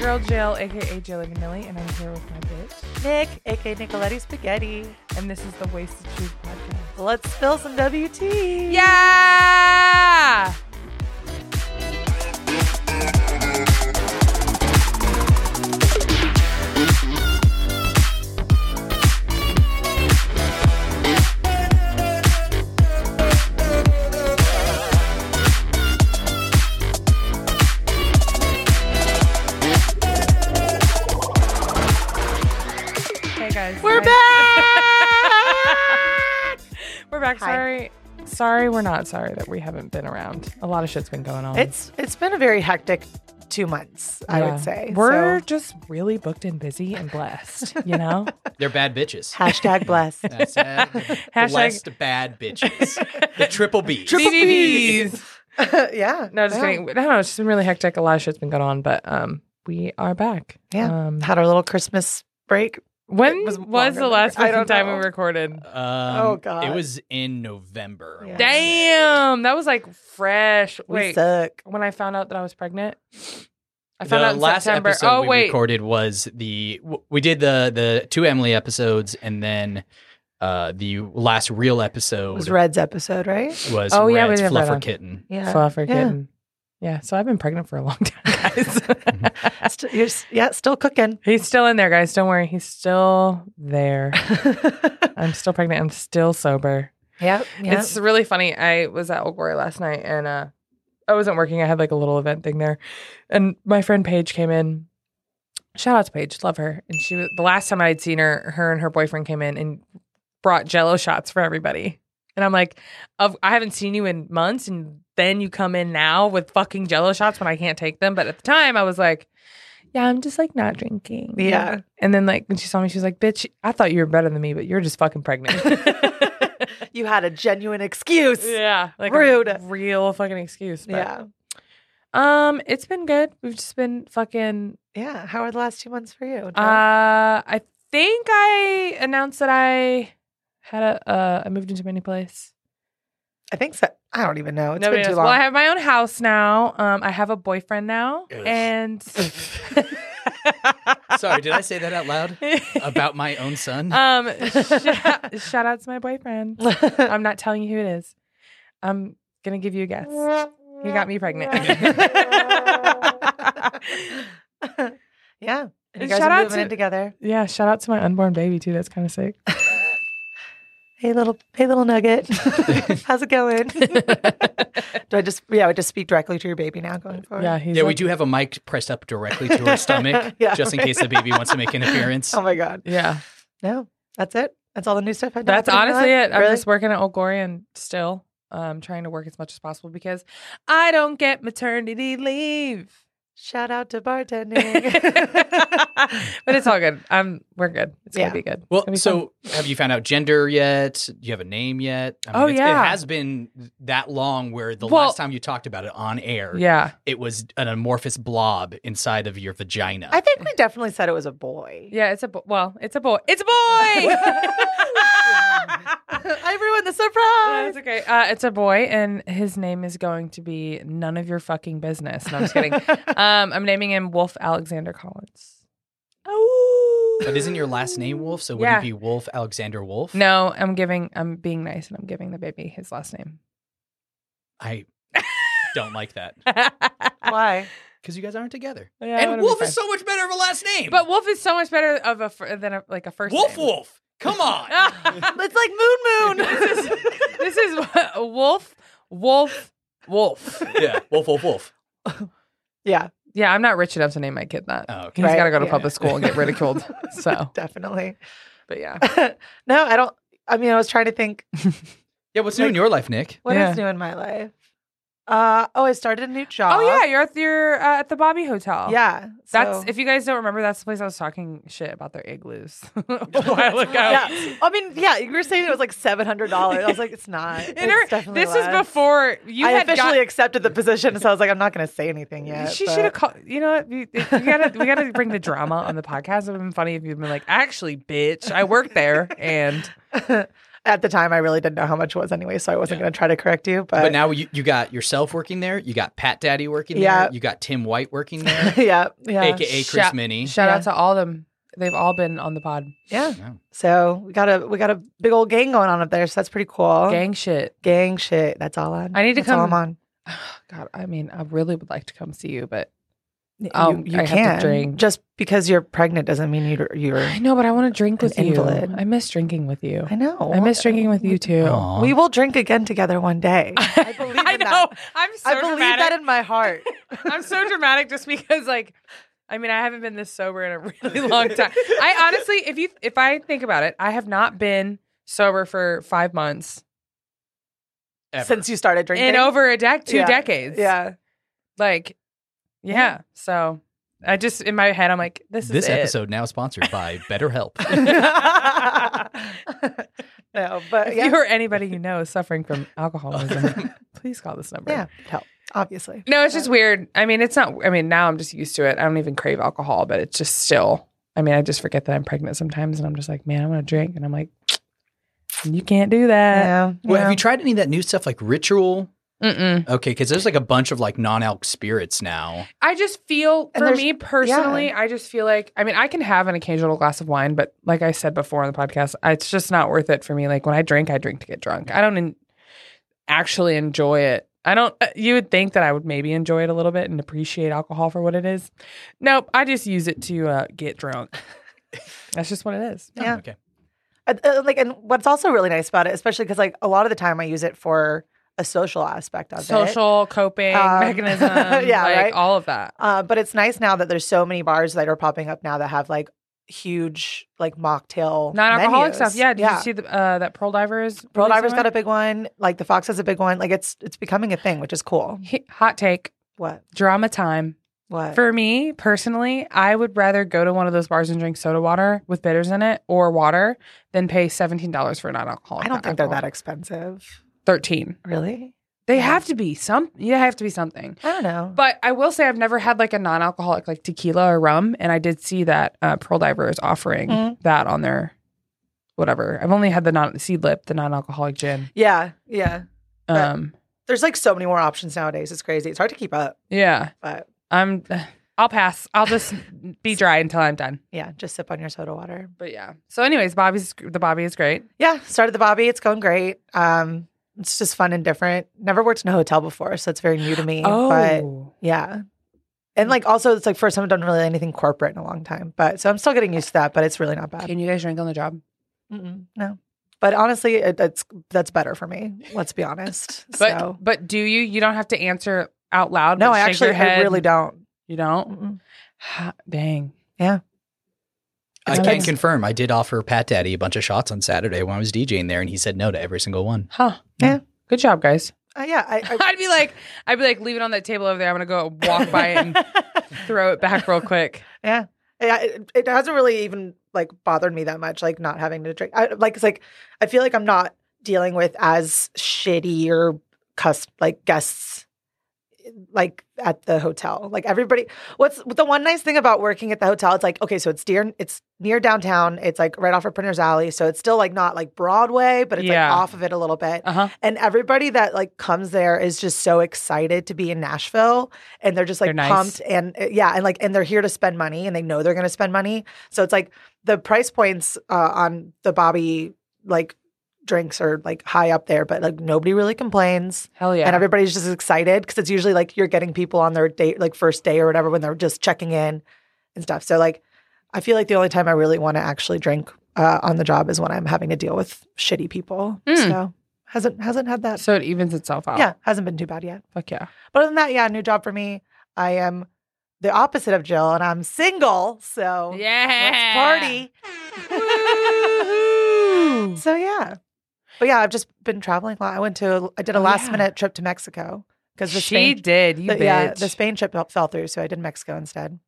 girl Jill, aka Jill Vanilli, and I'm here with my bitch. Nick, aka Nicoletti Spaghetti. And this is the Wasted Truth podcast. Let's spill some WT. Yeah. Hey guys, We're Hi. back! We're back. Hi. Sorry, sorry, we're not sorry that we haven't been around. A lot of shit's been going on. it's it's been a very hectic two months, I Yeah. would say. we're So, just really booked and busy and blessed. You know, They're bad bitches. hashtag blessed. That's uh, blessed bad bitches. The triple B. Triple BBBs. yeah. No, just yeah. kidding. I don't know. It's just been really hectic. A lot of shit's been going on, but um, we are back. Yeah. Um, Had our little Christmas break. when it was was, longer the than- last I fucking don't time know. we recorded? Um, Oh, God. It was in November. I Yeah. wanna say. Damn, that was like fresh. We Wait, suck. when I found out that I was pregnant, I The found out in last September. episode oh we wait, recorded was the w- we did the the two Emily episodes and then uh the last real It episode was Red's episode, right? was Oh, yeah, we Red's did Red Fluffer on. Kitten. Yeah. fluffer Yeah. kitten. Yeah, so I've been pregnant for a long time, guys. St- you're s- yeah, still cooking. He's still in there, guys. Don't worry, he's still there. I'm still pregnant. I'm still sober. yeah. Yeah. It's really funny. I was at Old Glory last night and uh, I wasn't working. I had like a little event thing there. And my friend Paige came in. Shout out to Paige. Love her. And she was the last time I had seen her, her and her boyfriend came in and brought jello shots for everybody. And I'm like, of I haven't seen you in months. And then you come in now with fucking jello shots when I can't take them. But at the time, I was like, yeah, I'm just like not drinking. Yeah. And then like when she saw me, she was like, bitch, I thought you were better than me, but you're just fucking pregnant. you had a genuine excuse. Yeah, like Rude. a real fucking excuse. But, yeah. Um, it's been good. We've just been fucking. Yeah. How are the last two months for you? Jill? Uh, I think I announced that I had a. Uh, I moved into my new place. I think so. I don't even know. Oh, It's Nobody been too knows. long. Well, I have my own house now. Um, I have a boyfriend now, Ugh. and Sorry, did I say that out loud about my own son? um, sh- shout out to my boyfriend. I'm not telling you who it is. I'm gonna give you a guess. He got me pregnant. yeah. And you And guys shout are out moving to- in together. Yeah, shout out to my unborn baby too. That's kind of sick. Hey little hey little nugget. How's it going? Do I just yeah, I just speak directly to your baby now going forward? Yeah, he's yeah, we like- do have a mic pressed up directly to her stomach, Yeah. just in case the baby wants to make an appearance. Oh my god. Yeah, No. That's it. That's all the new stuff I That's honestly it. I'm Really? just working at Old Glory and still um, trying to work as much as possible because I don't get maternity leave. Shout out to but bartending. it's all good. I'm we're good. It's Yeah. gonna be good. It's Well, gonna be fun. so have you found out gender yet? Do you have a name yet? I Oh, it's- yeah. it has been that long. Where the Well- last time you talked about it on air, yeah, it was an amorphous blob inside of your vagina. I think we definitely said it was a boy. yeah. It's a bo- well, it's a boy. It's a boy. I ruined the Yeah, surprise. it's okay. Uh, it's a boy, and his name is going to be none of your fucking business. No, I'm just kidding. um, I'm naming him Wolf Alexander Collins. Oh, but isn't your last name Wolf? So would Yeah. it be Wolf Alexander Wolf? No, I'm giving. I'm being nice, and I'm giving the baby his last name. I don't like that Why? because you guys aren't together. Yeah, and whatever, Wolf fine. is so much better of a last name. But Wolf is so much better of a fir- than a, like a first. Wolf name. Wolf, come on. It's like Moon Moon. this is this is what- Wolf Wolf Wolf. yeah, Wolf Wolf Wolf. yeah, Yeah, I'm not rich enough to name my kid that. Oh, okay. He's Right, got to go to yeah. public school and get ridiculed. so, definitely. but yeah, no, I don't. I mean, I was trying to think Yeah, what's new in your life, Nick? what is Yeah. new in my life. Uh oh, I started a new job. Oh yeah, you're at your uh, at the Bobby Hotel. yeah. That's so- if you guys don't remember, that's the place I was talking shit about their igloos a Oh, while ago. yeah. I mean, yeah, you were saying it was like seven hundred dollars. I was like, it's not. It's And her- definitely this is less. before you I had officially got- accepted the position, so I was like, I'm not going to say anything yet. she but- should have called. You know what? We, we gotta we gotta bring the drama on the podcast. It would have been funny if you'd been like, "Actually, bitch, I work there." And At the time, I really didn't know how much it was anyway, so I wasn't Yeah. going to try to correct you. But, But now you, you got yourself working there. You got Pat Daddy working Yeah. there. You got Tim White working there, yeah, yeah, Uh, aka Chris Shout- Minnie. Shout Yeah. out to all them. They've all been on the pod. yeah. Yeah. So we got a we got a big old gang going on up there. So that's pretty cool. Gang shit. gang shit. That's all on. I need to That's all come- I'm on. God, I mean, I really would like to come see you, but You, Um, you I have to can drink. just because you're pregnant doesn't mean you're you're. I know, but I want to drink An with you. invalid. I miss drinking with you. I know. I miss drinking with you too. Aw. We will drink again together one day. I believe in I know. that. I'm so I believe dramatic. that in my heart. I'm so dramatic just because like I mean I haven't been this sober in a really long time. I honestly if you if I think about it, I have not been sober for 5 months Ever. Since you started drinking, in over a dec two Yeah. decades. yeah, Like yeah. So I just in my head I'm like this is this it. episode now sponsored by BetterHelp. no, but If yeah, you or anybody you know is suffering from alcoholism, please call this number. yeah, help obviously. No, it's just weird. I mean, it's not. I mean, now I'm just used to it. I don't even crave alcohol, but it's just still. I mean, I just forget that I'm pregnant sometimes, and I'm just like, man, I want to drink, and I'm like, you can't do that. Yeah, Well, yeah. have you tried any of that new stuff like Ritual? Mm-mm. Okay, because there's like a bunch of like non-alc spirits now. I just feel And for there's- me personally, I just feel like I mean, I can have an occasional glass of wine, but like I said before on the podcast, I- it's just not worth it for me. Like when I drink, I drink to get drunk. I don't en- actually enjoy it. I don't. uh, You would think that I would maybe enjoy it a little bit and appreciate alcohol for what it is. Nope, I just use it to uh, get drunk. That's just what it is. Yeah. Okay. Uh, uh, like, and what's also really nice about it, especially because like a lot of the time I use it for a social aspect of it. Social coping Um, mechanism. yeah, like right? all of that. Uh, but it's nice now that there's so many bars that are popping up now that have like huge like mocktail Non-alcoholic menus. stuff. Yeah. Did yeah. you see the, uh, that Pearl Divers? Pearl released Diver's one? got a big one. Like the Fox has a big one. Like it's it's becoming a thing, which is cool. He- hot take. What Drama time. what? For me personally, I would rather go to one of those bars and drink soda water with bitters in it or water than pay seventeen dollars for non-alcoholic. I don't think they're that expensive. Thirteen. Really? They Yeah. have to be some. You have to be something. I don't know. But I will say I've never had like a non-alcoholic like tequila or rum, and I did see that uh, Pearl Diver is offering Mhm. that on their whatever. I've only had the non seed lip, the non-alcoholic gin. yeah, yeah. But- Um, There's like so many more options nowadays. It's crazy. It's hard to keep up. yeah, But I'm. I'll pass. I'll just be dry until I'm done. yeah, just sip on your soda water. But yeah. So, anyways, Bobby's the Bobby is great. Yeah, started the Bobby. It's going great. Um, it's just fun and different. Never worked in a hotel before, so it's very new to me. Oh. But Yeah. Mm. And like also it's like first time I've done really anything corporate in a long time. But so I'm still getting used to that, but it's really not bad. Can you guys drink on the job? Mm-mm, no. But honestly, it, it's that's better for me. Let's be honest. But so but do you? You don't have to answer out loud. no, but I shake actually your head. I really don't. You don't. Mm-mm. Dang. I It's can nice. confirm. I did offer Pat Daddy a bunch of shots on Saturday when I was DJing there, and he said no to every single one. Huh. Yeah. Good job, guys. Uh, yeah, I, I'd be like, I'd be like, leave it on that table over there. I'm gonna go I walk by it and throw it back real quick. Yeah. Yeah, it, it hasn't really even like bothered me that much, like not having to drink. I, like it's like I feel like I'm not dealing with as shitty or cuss like guests like at the hotel. Like everybody, what's the one nice thing about working at the hotel? It's like okay, so it's dear, it's near downtown. It's like right off of Printer's Alley, so it's still like not like Broadway, but it's Yeah. like off of it a little bit. Uh huh. And everybody that like comes there is just so excited to be in Nashville and they're just like They're nice. pumped and uh, yeah, and like and they're here to spend money and they know they're going to spend money. So it's like the price points uh, on the Bobby like drinks are like high up there, but like nobody really complains Hell yeah. and everybody's just excited because it's usually like you're getting people on their date like first day or whatever when they're just checking in and stuff. So like I feel like the only time I really want to actually drink uh, on the job is when I'm having to deal with shitty people. Mm. So hasn't hasn't had that. so it evens itself out. Yeah, hasn't been too bad yet. Fuck yeah. But other than that, yeah, new job for me. I am the opposite of Jill, and I'm single. So let's party. Woohoo. So yeah, but yeah, I've just been traveling a lot. I went to I did a Oh, last yeah. minute trip to Mexico because the She Spain did. You the, bitch. yeah the Spain trip fell- fell through, so I did Mexico instead,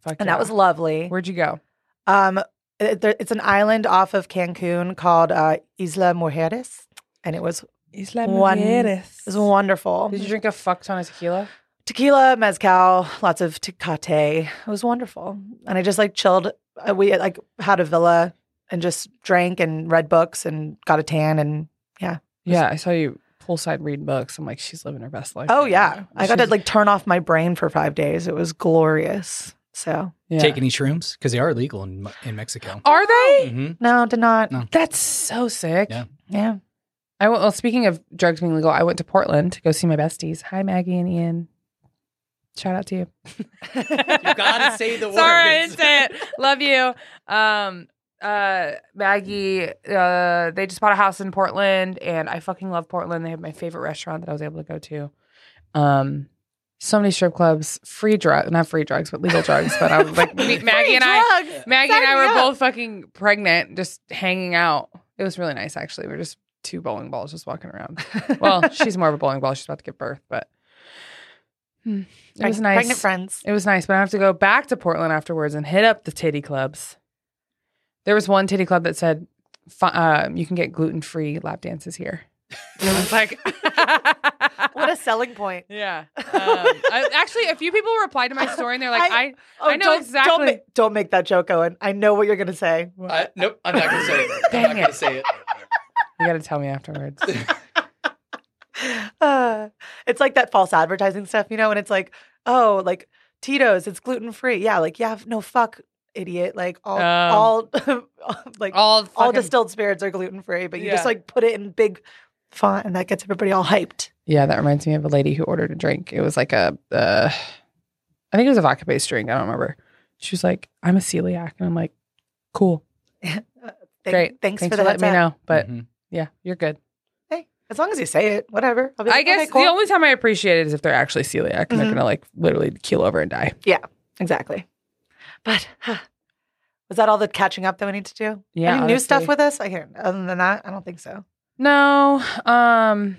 Fuck and yeah. that was lovely. Where'd you go? Um, it, there- it's an island off of Cancun called uh, Isla Mujeres, and it was Isla One- it was wonderful. Did you drink a fuck ton of tequila? tequila, mezcal, lots of tecate. It was wonderful, and I just like chilled. Uh, we like had a villa and just drank and read books and got a tan and Yeah, I saw you poolside read books. I'm like, she's living her best life. oh right yeah, now. I got to She's- like turn off my brain for five days. It was glorious. So yeah. Take any shrooms because they are illegal in Me- in Mexico. Are they? hmm no, did not. No. That's so sick. Yeah. Yeah, I went, well, speaking of drugs being legal, I went to Portland to go see my besties. Hi, Maggie and Ian. Shout out to you. you gotta say the Sorry, I words. didn't say it. Love you. Um, uh, Maggie, uh, they just bought a house in Portland, and I fucking love Portland. They have my favorite restaurant that I was able to go to. Um, so many strip clubs, free drugs, not free drugs, but legal drugs. But I was like, we- Maggie and I, Maggie and I were both fucking pregnant, just hanging out. It was really nice, actually. We were just two bowling balls just walking around. both. Well, she's more of a bowling ball. She's about to give birth, but hmm, it was nice. Pregnant friends. It was nice, but I have to go back to Portland afterwards and hit up the titty clubs. There was one titty club that said, fi- uh, you can get gluten free lap dances here. And I was like, What a selling point. yeah. Um, I, actually, a few people replied to my story and they're like, I- I, I know Oh, Don't exactly- make, don't make that joke, Owen. I know what you're gonna say. I, nope, I'm not gonna say it. Dang I'm not gonna it. say it. you got to tell me afterwards. Uh, it's like that false advertising stuff, you know, and it's like, oh, like Tito's, it's gluten free. Yeah, like yeah, f- no fuck, idiot. Like all, all, like all, Oh. All, fucking- distilled spirits are gluten free, but you Yeah. just like put it in big font, and that gets everybody all hyped. Yeah, that reminds me of a lady who ordered a drink. It was like a, uh, I think it was a vodka based drink. I don't remember. She was like, "I'm a celiac," and I'm like, "Cool, Thank- great, Thanks, thanks for, the letting me heads up. know." But Mhm. yeah, you're good. Hey, as long as you say it, whatever. I'll be like, I guess okay, cool. the only time I appreciate it is if they're actually celiac and they're Mhm. gonna like literally keel over and die. exactly. But huh, was that all the catching up that we need to do? Yeah, Any new stuff honestly. with us? I can't. Other than that, I don't think so. no. Um,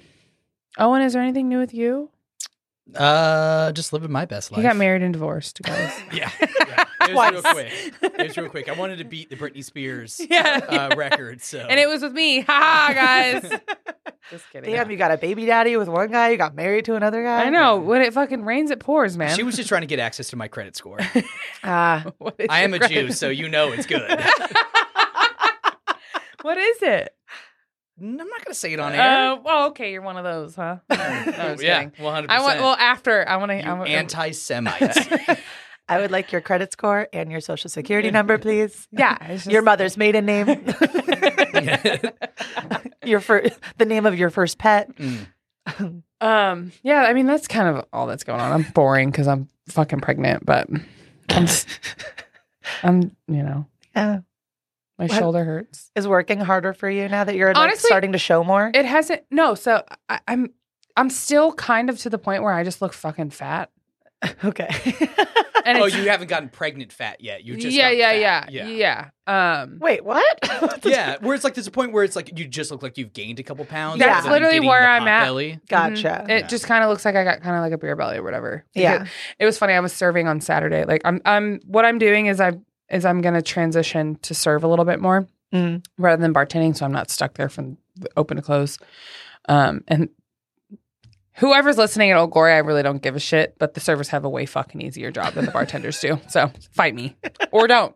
Owen, is there anything new with you? Uh, just living my best life. He got married and divorced, guys. Yeah, yeah. it was real Twice. quick. It was real quick. I wanted to beat the Britney Spears yeah, uh, record, so and it was with me. Ha ha, guys. Just kidding. Damn, you got a baby daddy with one guy. You got married to another guy. I know. When it fucking rains, it pours, man. She was just trying to get access to my credit score. Ah, What is I am your a credit- Jew, so you know it's good. N- what is it? I'm not going to say it on air. Uh, well, okay, you're one of those, huh? No, I was yeah, kidding. 100%. I want. Well, after I uh, want to. you I want anti-Semites. I would like your credit score and your social security number, please. Yeah, it's just- Your mother's maiden name, your fir- the name of your first pet. Mm. Um. Yeah. I mean, that's kind of all that's going on. I'm boring because I'm fucking pregnant, but I'm. s- I'm. You know, Uh, my What? shoulder hurts. is working harder for you now that you're like, Honestly- starting to show more? It hasn't. No. So I, I'm. I'm still kind of to the point where I just look fucking fat. okay. And Oh, it's- you haven't gotten pregnant fat yet. You just yeah, got yeah, fat. yeah, yeah. yeah, Um. Wait, what? Yeah, where it's like there's a point where it's like you just look like you've gained a couple pounds. That's rather than literally getting where the I'm pot at. Belly. Gotcha. Mhm. It just kind of looks like I got kind of like a beer belly or whatever. Yeah. Because- It was funny. I was serving on Saturday. Like I'm I'm what I'm doing is I is I'm going to transition to serve a little bit more Mm. rather than bartending so I'm not stuck there from the open to close. Um and whoever's listening at Old Glory, I really don't give a shit, but the servers have a way fucking easier job than the bartenders do. So, fight me or don't.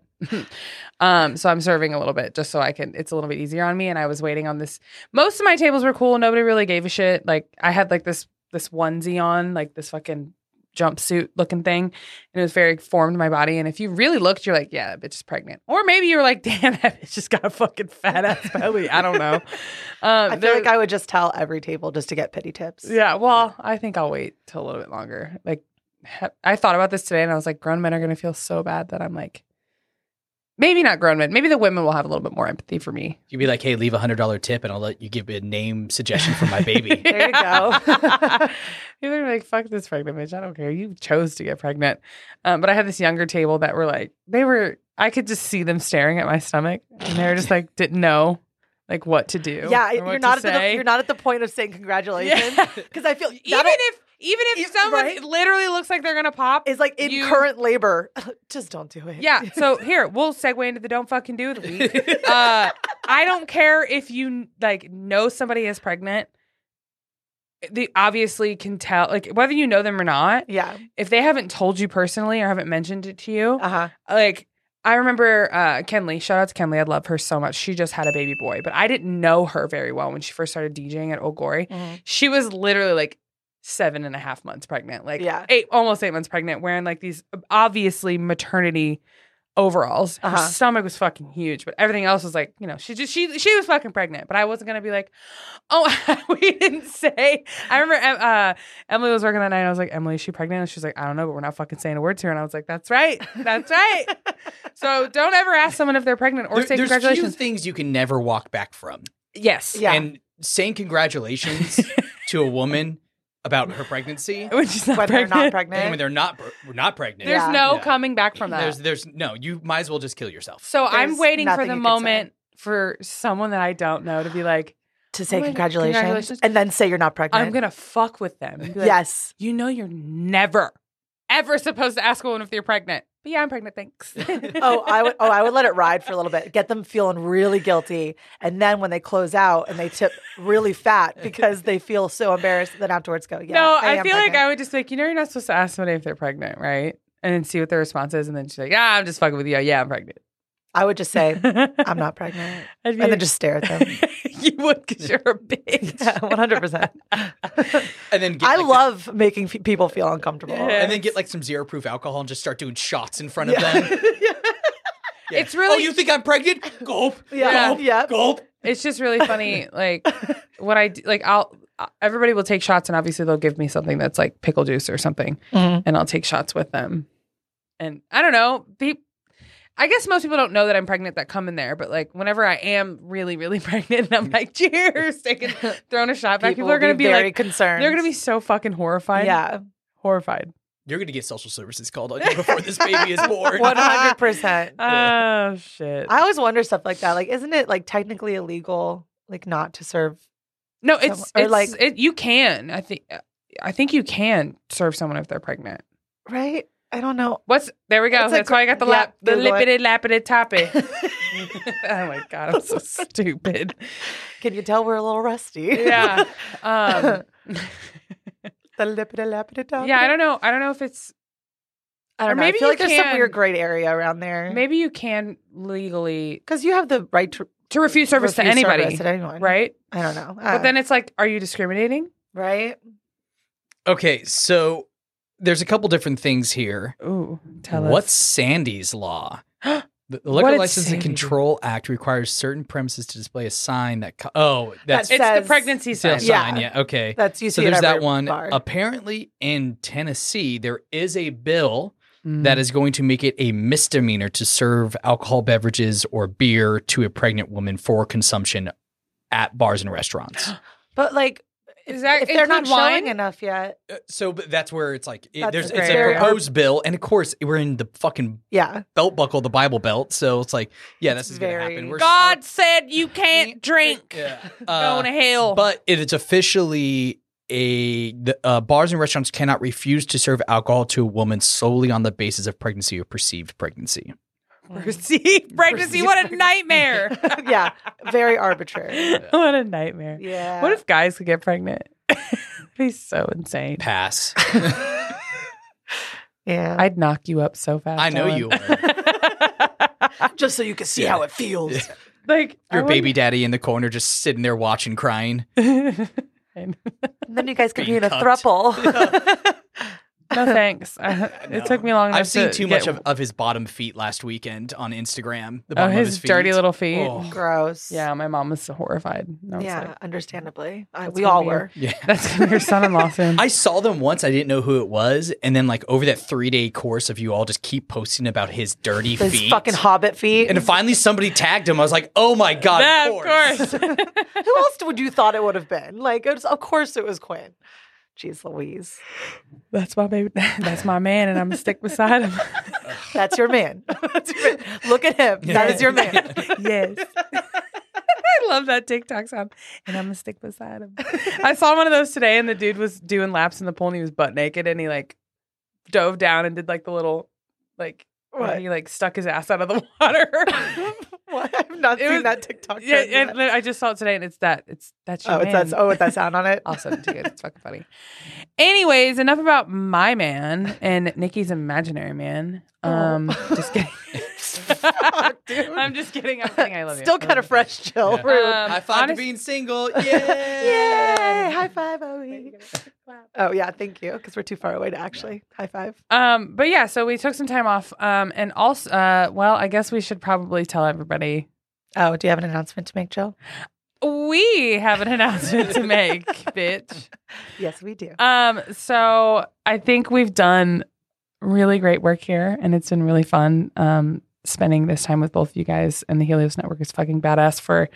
um so I'm serving a little bit just so I can it's a little bit easier on me and I was waiting on this most of my tables were cool. Nobody really gave a shit. Like I had like this this onesie on, like this fucking jumpsuit looking thing, and it was very formed to my body. And if you really looked, you're like, yeah, that bitch is pregnant. Or maybe you were like, damn, that bitch just got a fucking fat ass belly. I don't know. Um, I feel like I would just tell every table just to get pity tips. yeah. Well, I think I'll wait till a little bit longer. Like, ha- I thought about this today, and I was like, grown men are going to feel so bad that I'm like. Maybe not grown men. Maybe the women will have a little bit more empathy for me. You'd be like, hey, leave a hundred dollar tip, and I'll let you give me a name suggestion for my baby. There you go. People are like, fuck this pregnant bitch. I don't care. You chose to get pregnant. Um, but I had this younger table that were like, they were, I could just see them staring at my stomach and they were just like, didn't know like what to do. Yeah, or what you're not to at the, say. you're not at the point of saying congratulations Yeah. because I feel Even even if, even if Ev- someone right? literally looks like they're going to pop. is like in you- current labor. just don't do it. Yeah. So here, we'll segue into the don't fucking do of the week. Uh, I don't care if you like know somebody is pregnant. They obviously can tell, like whether you know them or not. yeah. if they haven't told you personally or haven't mentioned it to you, Uh huh. like I remember uh, Kenley. Shout out to Kenley. I love her so much. She just had a baby boy, but I didn't know her very well when she first started DJing at Old Glory. She was literally like seven and a half months pregnant, like Yeah. eight, almost eight months pregnant, wearing like these uh, obviously maternity overalls. Her Uh-huh. stomach was fucking huge, but everything else was like, you know, she just she she was fucking pregnant. But I wasn't gonna be like, oh, we didn't say. I remember em- uh, Emily was working that night. And I was like, Emily, is she pregnant? And she's like, I don't know, but we're not fucking saying a word to her. And I was like, that's right, that's right. so don't ever ask someone if they're pregnant or There- say there's congratulations. few things you can never walk back from. yes. Yeah. And saying congratulations to a woman about her pregnancy When she's not when they're pregnant. not and when pregnant. they're not pre- we're not pregnant. There's Yeah. no Yeah. coming back from that. There's there's no, you might as well just kill yourself. So I'm There's waiting for nothing the you could say. moment for someone that I don't know to be like, To Oh say my God, congratulations, congratulations. and then say you're not pregnant. I'm gonna fuck with them. And be like, Yes. You know you're never, ever supposed to ask a woman if they're pregnant. But yeah, I'm pregnant, thanks. Oh, I would. Oh, I would let it ride for a little bit. Get them feeling really guilty, and then when they close out and they tip really fat because they feel so embarrassed, then afterwards go. Yeah. no, I, am feel like pregnant." I would just be like, you know, you're not supposed to ask somebody if they're pregnant, right? And then see what their response is, and then she's like, "Yeah, I'm just fucking with you. Yeah, I'm pregnant. I would just say I'm I'm not pregnant, I'd be and then like- just stare at them. you would, cause you're a bitch. Yeah, one hundred percent. And then get I like, love making fe- people feel uncomfortable. Yeah. and then get like some zero proof alcohol and just start doing shots in front of Yeah. them. Yeah. It's really- Oh, you think I'm pregnant? Gulp. Yeah. Gulp. Yep. Gulp. It's just really funny. Like what I d- like, I'll uh, everybody will take shots, and obviously they'll give me something that's like pickle juice or something, Mhm. and I'll take shots with them. And I don't know. Pe- I guess most people don't know that I'm pregnant that come in there, but like whenever I am really, really pregnant, and I'm like, cheers, taking throwing a shot back, people, are Mm. will gonna be, very like, concerned. they're gonna be so fucking horrified. yeah, horrified. You're gonna get social services called on you before this baby is born. one hundred percent. Oh shit! I always wonder stuff like that. Like, isn't it like technically illegal, like not to serve? no, it's, Some- or, it's like like- it, you can. I think I think you can serve someone if they're pregnant. Right? I don't know. What's there we go. It's a That's why I got the gr- lap the yeah, Google lippity it. lappity toppy. oh my god, I'm so stupid. Can you tell we're a little rusty? Yeah. Um, the lipida lapida top. yeah, I don't know. I don't know if it's I or don't know. maybe I feel you like there's some can- weird gray area around there. maybe you can legally because you have the right to to refuse service to refuse anybody, service to anyone. right? I don't know. Uh, But then it's like, are you discriminating? right? Okay, so there's a couple different things here. Ooh, tell What's us. Sandy's law? The the What Liquor did License and Sandy do? Control Act requires certain premises to display a sign that. Co- oh, that's It's the says- pregnancy sign. sale Yeah. sign. Yeah. Okay. That's you So see it there's every that one. bar. Apparently, in Tennessee, there is a bill Mm. Mm-hmm. that is going to make it a misdemeanor to serve alcohol beverages or beer to a pregnant woman for consumption at bars and restaurants. Uh, But like, Is that if they're not include wine? showing enough yet, Uh, so but that's where it's like it, That's there's a it's a gray area. proposed bill, and of course we're in the fucking yeah, belt buckle, the Bible belt. So it's like, yeah, It's this is gonna very- happen. We're God said you can't drink. Yeah. Go uh, to hell. But it is officially a the, uh, bars and restaurants cannot refuse to serve alcohol to a woman solely on the basis of pregnancy or perceived pregnancy. Oh. perceived pregnancy. Perceived What a nightmare. yeah, very arbitrary. what a nightmare. Yeah. What if guys could get pregnant? He's so insane. Pass. Yeah. I'd knock you up so fast. I know Ellen. you. Would. just so you can see Yeah. how it feels. Yeah. like Your baby daddy in the corner just sitting there watching, crying. baby. And then you guys can be Being in a cucked. thruple. no thanks. Uh, No. It took me long. Enough I've seen to too get- much of, of his bottom feet last weekend on Instagram. oh The bottom his, of his feet. dirty little feet. Oh. Gross. Yeah, my mom was so horrified. And I was Yeah, like, understandably. I, That's we gonna all be a- were. Yeah. that's gonna be your son-in-law soon. I saw them once. I didn't know who it was, and then like over that three day course of you all just keep posting about his dirty Those feet. fucking hobbit feet. and finally, somebody tagged him. I was like, "Oh my god!" Yeah, of course. Who else would you thought it would have been? Like, it was, of course it was Quinn. Jeez Louise. that's my baby. That's my man, and I'm gonna stick beside him. That's your man. That's your man. Look at him. That is your man. yes. I love that TikTok sound. And I'm gonna stick beside him. I saw one of those today and the dude was doing laps in the pool and he was butt naked and he like dove down and did like the little like What? he like stuck his ass out of the water. what? I've not It seen was- that TikTok. yeah, trend yet. and I just saw it today and it's that it's that's your oh, it's man. that, oh, with that sound on it. I'll send it to you. It's fucking funny. Anyways, enough about my man and Nikki's imaginary man. Um, Oh. just kidding. dude. I'm just kidding. I'm kidding. I love you. Still kind of fresh, Jill. Yeah. Rude. Um, High five honest- to being single. Yay! Yeah. High five, OE. Oh yeah, thank you. Because we're too far away to actually high five. Um, but yeah, so we took some time off. Um, and also, uh, well, I guess we should probably tell everybody Oh, do you have an announcement to make, Jill? we have an announcement to make, bitch. Yes, we do. Um, so I think we've done really great work here, and it's been really fun. Um, spending this time with both of you guys and the Helios Network is fucking badass for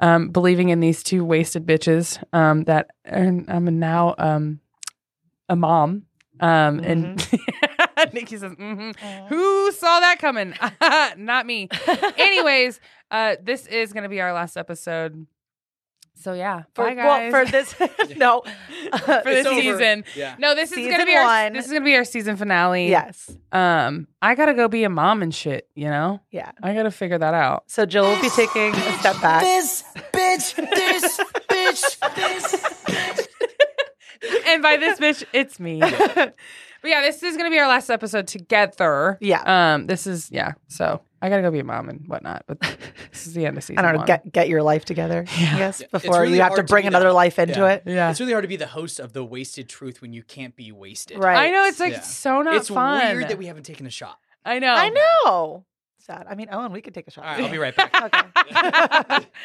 um, believing in these two wasted bitches. Um, that and I'm now um a mom. Um, and Nikki says, mm-hmm. Who saw that coming? Not me. Anyways, uh, this is gonna be our last episode. So yeah, For, bye well, guys. for this, no, For this over. season. Yeah. No, this is Season gonna be our one. this is gonna be our season finale. yes, Um, I gotta go be a mom and shit. You know, yeah. I gotta figure that out. So Jill will be taking a step back. This bitch, this bitch, this. And by this bitch, it's me. but yeah, this is gonna be our last episode together. Yeah, Um, this is yeah. So I gotta go be a mom and whatnot. But this is the end of season. I don't know. one. Get get your life together. Yeah. I guess Yeah, it's before really you have to hard to bring do another that. life into Yeah. it. yeah. It's really hard to be the host of the wasted truth when you can't be wasted. Right. I know it's like Yeah. so not It's fun. weird that we haven't taken a shot. I know. I know. Sad. I mean, Owen, we could take a shot. All right, I'll be right back. okay.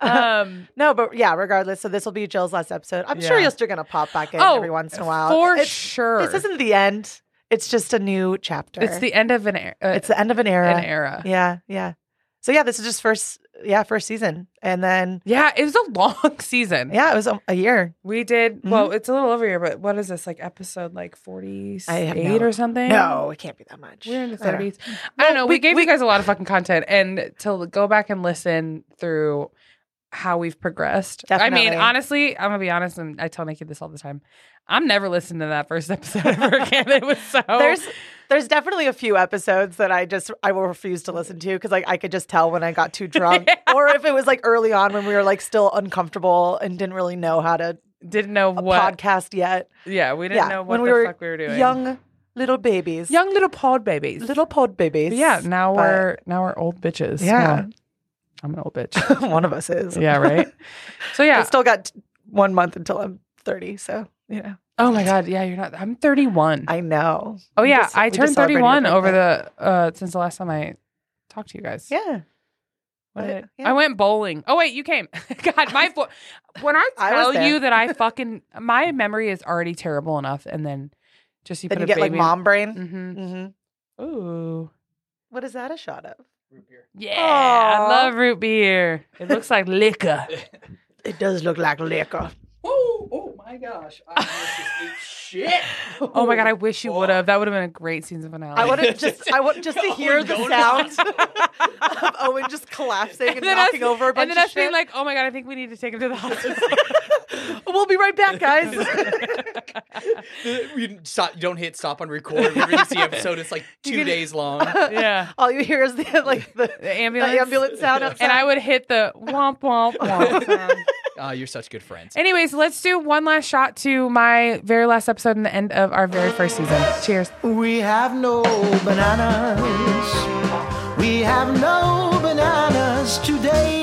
Um, No, but yeah, regardless. So this will be Jill's last episode. I'm sure Yeah. you're still gonna pop back in Oh, every once in a while. for It's- sure. This isn't the end. It's just a new chapter. It's the end of an era. Uh, it's the end of an era. an era. Yeah. Yeah, yeah. So yeah, this is just first yeah first season, and then it was a long season. yeah, it was a, a year. We did Mm-hmm. well. It's a little over here, but what is this like episode like forty have eight no- or something? No, it can't be that much. we're in the I don't know. thirties. I don't know. We, we- gave we- you guys a lot of fucking content, and to go back and listen through how we've progressed. I mean, Definitely. honestly, I'm gonna be honest, and I tell Nikki this all the time. I'm never listening to that first episode ever again. It was so There's there's definitely a few episodes that I just I will refuse to listen to because like I could just tell when I got too drunk, or if it was like early on when we were like still uncomfortable and didn't really know how to uh, didn't know what podcast yet. Yeah, we didn't Yeah, know what when we the were fuck we were doing. Young little babies, young little pod babies. little pod babies. But yeah, now but- we're now we're old bitches. Yeah. Well, I'm an old bitch. one of us is. yeah, right. So yeah. I still got t- one month until I'm 30. So, you know, oh my god, yeah, you're not. I'm 31. I know. oh We yeah, just- I we just turned celebrated your 31 over birthday. the uh since the last time I talked to you guys. Yeah. What did- yeah. I went bowling. Oh wait, you came. God, my fo- when I I was tell there. you that I fucking my memory is already terrible enough, and then just you Then put you a get like baby. mom brain. hmm Mm-hmm. Ooh. What is that a shot of? Yeah, Aw. I love root beer. It looks like liquor. It does look like liquor. Oh, oh my gosh. I almost just ate shit. Oh my god, I wish you would have. That would have been a great season finale. I want to just, I want just to hear the Owen sound going of Owen just collapsing and, And then knocking us, over a bunch and then of us being shit. like, "Oh my god, I think we need to take him to the hospital." we'll be right back, guys. you, stop, you don't hit stop on record. We release the episode. It's like two days long. yeah, All you hear is the, like the, the ambulance. the ambulance sound outside. And I would hit the womp womp womp. sound. Ah, you're such good friends. Anyways, let's do one last shot to my very last episode and the end of our very first season. Cheers. We have no bananas. We have no bananas today.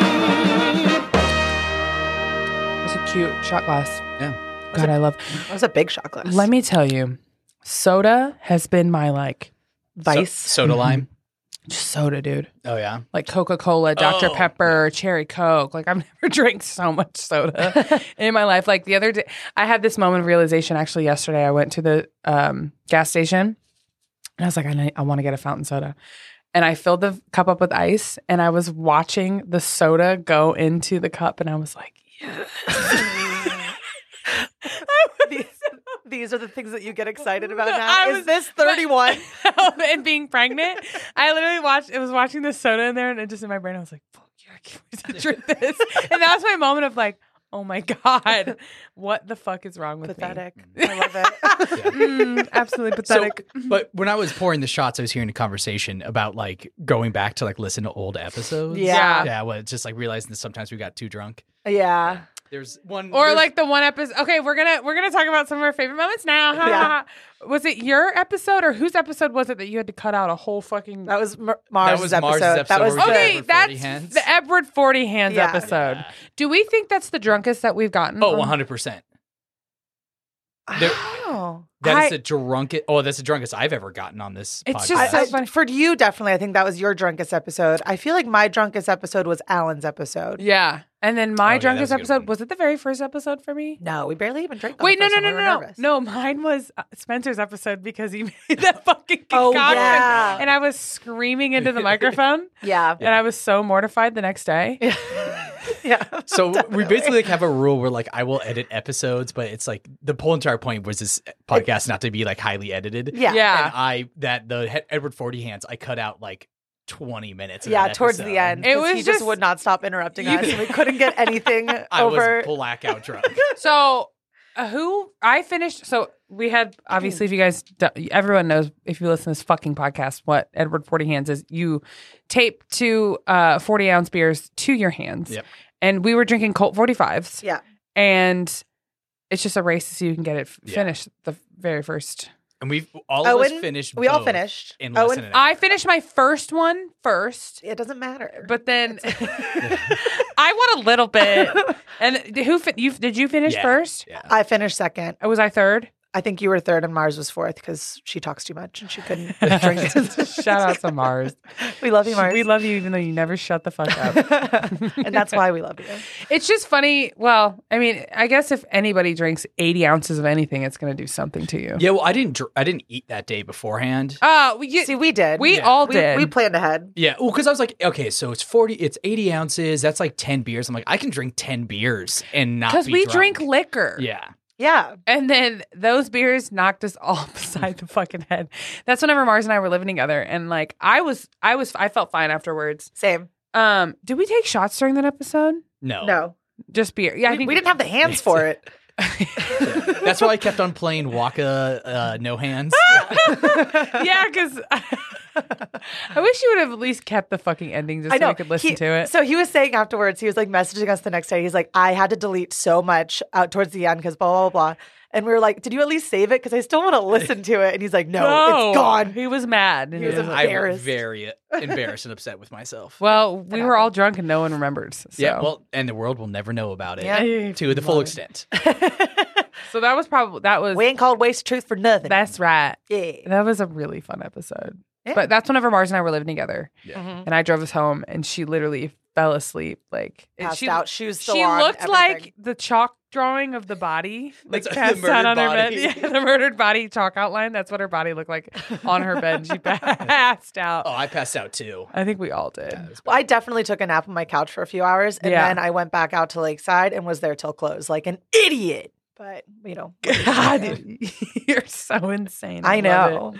It's a cute shot glass. Yeah. God, I love. that was a big shot glass. Let me tell you, soda has been my like Vice. So, soda lime. just soda, dude. Oh yeah. like Coca Cola, Dr. Oh. Pepper, Cherry Coke. Like, I've never drank so much soda in my life. Like, the other day, I had this moment of realization actually yesterday. I went to the um, gas station and I was like, I, need- I want to get a fountain soda. And I filled the cup up with ice and I was watching the soda go into the cup and I was like, these, these are the things that you get excited about No, now. I is was- this 31? and being pregnant, I literally watched. It was watching the soda in there, and it just in my brain, I was like, "Fuck yeah, I can't wait to drink this." and that was my moment of like, "Oh my god, what the fuck is wrong with Pathetic. I love it. me?" Mm, absolutely pathetic. So, but when I was pouring the shots, I was hearing a conversation about like going back to like listen to old episodes. Yeah. Yeah. Well, it's just like realizing that sometimes we got too drunk. Yeah. There's one Or there's- like the one episode. Okay, we're gonna we're gonna talk about some of our favorite moments now. Ha, Yeah. ha, ha. Was it your episode or whose episode was it that you had to cut out a whole fucking? That was Mar- Mars' was episode. Mars' episode That was where we okay, the, Edward 40 that's Hands. the Edward Forty Hands Yeah. episode. Mm-hmm. Do we think that's the drunkest that we've gotten? oh on- 100 Oh, percent. There- oh. That I- is the drunkest. Oh, that's the drunkest I've ever gotten on this. It's podcast. I, just so I- funny. for you, definitely. I think that was your drunkest episode. I feel like my drunkest episode was Alan's episode. Yeah, and then Oh, my yeah, that drunkest was a good episode one. was it the very first episode for me? No, we barely even drank. on Wait, the no, first no, one. no, We were no, no, nervous. no. Mine was uh, Spencer's episode because he made that fucking Oh, concoction, yeah. and I was screaming into the microphone, Yeah, and I was so mortified the next day. yeah. So we Definitely. basically like have a rule where like I will edit episodes, but it's like the whole entire point was this podcast not to be like highly edited. Yeah. Yeah. And I that the He- Edward Forty Hands I cut out like twenty minutes. Of Yeah, that towards episode. the end, It 'cause was he just, just- would not stop interrupting You- us. and we couldn't get anything I over. was blackout drunk. So, uh, who I finished? So we had obviously, if you guys, d- everyone knows if you listen to this fucking podcast, what Edward Forty Hands is. You tape two uh, forty ounce beers to your hands, Yep. and we were drinking Colt forty fives. Yeah. and it's just a race to see who can get it f- Yeah. finished the very first. And we've all of us Owen- finished. we all both finished. in less Owen, than an hour. I finished my first one first, it doesn't matter. but then I won a little bit. And who fin- you did you finish Yeah. first? Yeah. I finished second. Was I third? I think you were third, and Mars was fourth because she talks too much and she couldn't drink. Shout out to Mars. we love you, Mars. We love you even though you never shut the fuck up. and that's why we love you. it's just funny. Well, I mean, I guess if anybody drinks 80 ounces of anything, it's going to do something to you. Yeah. Well, I didn't. dr- I didn't eat that day beforehand. Uh, we, you, See, we did. we yeah. all we, did. we planned ahead. Yeah. Well, because I was like, okay, so it's forty. It's eighty ounces. That's like ten beers. I'm like, I can drink ten beers and not because be we drunk. drink liquor. Yeah. Yeah, And then those beers knocked us all beside the fucking head. That's whenever Mars and I were living together. And like, I was, I was, I felt fine afterwards. same. Um, did we take shots during that episode? No. No, Just beer. Yeah, Oh. I we, think we didn't have the hands for it. That's why I kept on playing Waka uh, No Hands. yeah, because I wish you would have at least kept the fucking ending just I so know. we could listen He- to it. So he was saying afterwards, he was like messaging us the next day. He's like, I had to delete so much out towards the end because blah blah blah. And we were like, Did you at least save it? Because I still want to listen to it. And he's like, No, "Oh, it's gone. He was mad. He was Yeah. I'm Embarrassed. very embarrassed and upset with myself. well, we were all drunk and no one remembers. So. yeah, well, and the world will never know about it Yeah. to the full extent. so that was probably that was We ain't called waste truth for nothing. that's right. yeah. That was a really fun episode. Yeah. But that's whenever Mars and I were living together, Yeah. Mhm. and I drove us home, and she literally fell asleep. Like and Passed she, out, shoes still she on, looked everything. like the chalk drawing of the body, like That's- the passed out on murdered her bed. body. Yeah, the murdered body chalk outline. That's what her body looked like on her bed. And she passed out. Oh, I passed out too. I think we all did. Well, I definitely took a nap on my couch for a few hours, and Yeah. then I went back out to Lakeside and was there till close, like an idiot. But you know, God, you're so insane. I love know.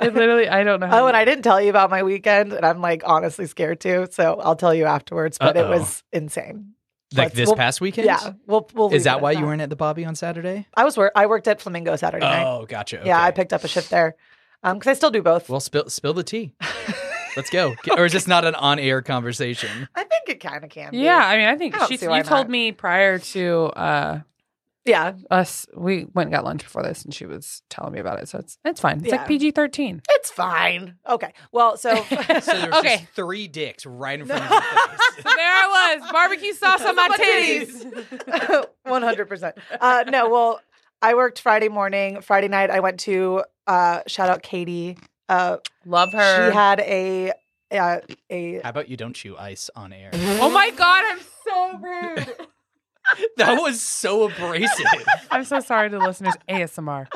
It. It literally, I don't know. Oh, and you- I didn't tell you about my weekend, and I'm like honestly scared too. So I'll tell you afterwards. But Uh-oh. it was insane. Like Let's- this we'll- past weekend? Yeah, we'll, we'll leave Is it that at why you weren't at the Bobby on Saturday? I was work. I worked at Flamingo Saturday night. Oh, gotcha. Yeah, I okay. picked up a shift there. Um, because I still do both. Well, spill spill the tea. Let's go. Get- Or is this not an on air conversation? I think it kind of can. be. yeah, I mean, I think I don't she. see You why told not. me prior to uh, yeah. us, we went and got lunch before this, and she was telling me about it. So it's it's fine. It's Yeah. like PG thirteen. It's fine. Okay. Well, so So there's Okay. just three dicks right in front of your face. So there I was, barbecue sauce on my titties. One hundred percent. Uh, no, well, I worked Friday morning. Friday night, I went to uh, shout out Katie. Uh, Love she her. had a uh, a How about you don't chew ice on air? oh my god, I'm so rude. that was so abrasive. I'm so sorry to the listeners. ASMR,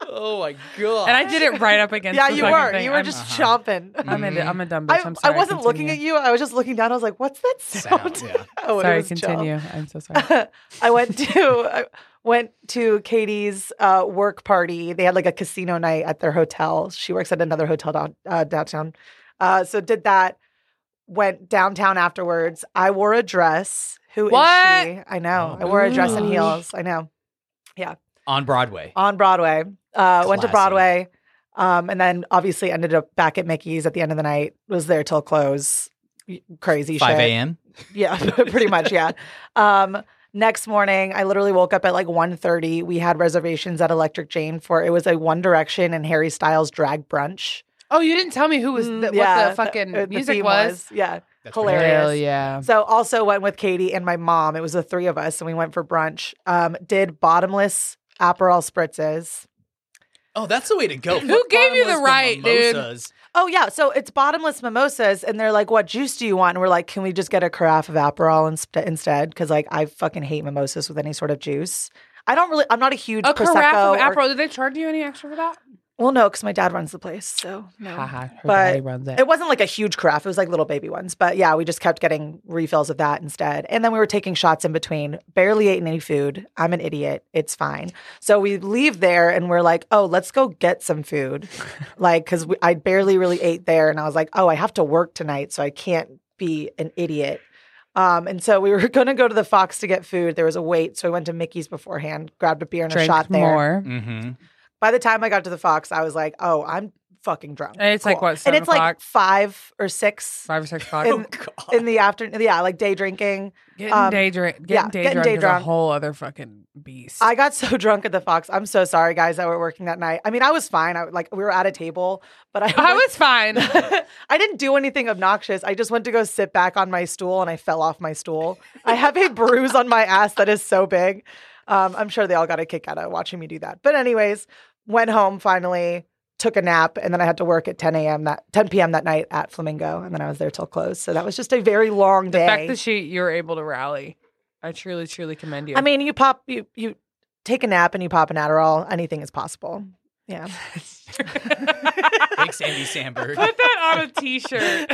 Oh my god. and I did it right up against. yeah. the You fucking were thing. you were I'm- just Uh-huh. chomping. I'm, a, I'm a dumb bitch. I, I'm I sorry. wasn't looking Continue. at you. I was just looking down. I was like, "What's that sound?" Sound, yeah. oh, it Sorry, was Jill. continue. I'm so sorry. I went to I went to Katie's uh, work party. They had like a casino night at their hotel. She works at another hotel down, uh, downtown. Uh, so did that. Went downtown afterwards. I wore a dress. Who is What? she? I know. Oh, I wore a dress and gosh. heels. I know on Broadway. on Broadway. Uh, went to Classy. Broadway, um, and then obviously ended up back at Mickey's at the end of the night. Was there till close. Crazy shit. Five a.m. Yeah, pretty much. Yeah. Um, Next morning, I literally woke up at like 1.30. We had reservations at Electric Jane for it was a One Direction and Harry Styles drag brunch. Oh, you didn't tell me who was the, Mm, what yeah, the fucking uh, the music theme was. Yeah. That's Hilarious. Hell yeah. Um, So also went with Katie and my mom. It was the three of us, and we went for brunch. Um, did bottomless Aperol spritzes. Oh, that's the way to go. Who gave you the right, dude? Oh yeah, so it's bottomless mimosas, and they're like, "What juice do you want?" And we're like, "Can we just get a carafe of Aperol inst- instead?" Because like I fucking hate mimosas with any sort of juice. I don't really. I'm not a huge A prosecco. carafe of or- Aperol. Did they charge you any extra for that? well, no, because my dad runs the place, so no. Haha, her But daddy runs it. It wasn't like a huge carafe. It was like little baby ones. But yeah, we just kept getting refills of that instead. And then we were taking shots in between, barely ate any food. I'm an idiot. It's fine. So we leave there and we're like, oh, let's go get some food. like, because I barely really ate there. And I was like, oh, I have to work tonight. So I can't be an idiot. Um, and so we were going to go to the Fox to get food. There was a wait. So we went to Mickey's beforehand, grabbed a beer and a Drink shot there. more. Mm-hmm. By the time I got to the Fox, I was like, oh, I'm fucking drunk. And it's like, what, And seven it's like o'clock? five or six Five Oh, or six o'clock. in, in the afternoon. Yeah, like day drinking. getting um, day drunk. Getting yeah, day getting drunk day is drunk. a whole other fucking beast. I got so drunk at the Fox. I'm so sorry, guys, that were working that night. I mean, I was fine. I like we were at a table, but I, I was fine. I didn't do anything obnoxious. I just went to go sit back on my stool and I fell off my stool. I have a bruise on my ass that is so big. Um, I'm sure they all got a kick out of watching me do that. But anyways, went home finally, took a nap, and then I had to work at 10 a.m. that 10 p.m. that night at Flamingo, and then I was there till close. So that was just a very long The fact day. that she you were able to rally, I truly, truly commend you. I mean, you pop you you take a nap and you pop an Adderall. Anything is possible. Yeah. Thanks, Andy Sandberg. put that on a t-shirt.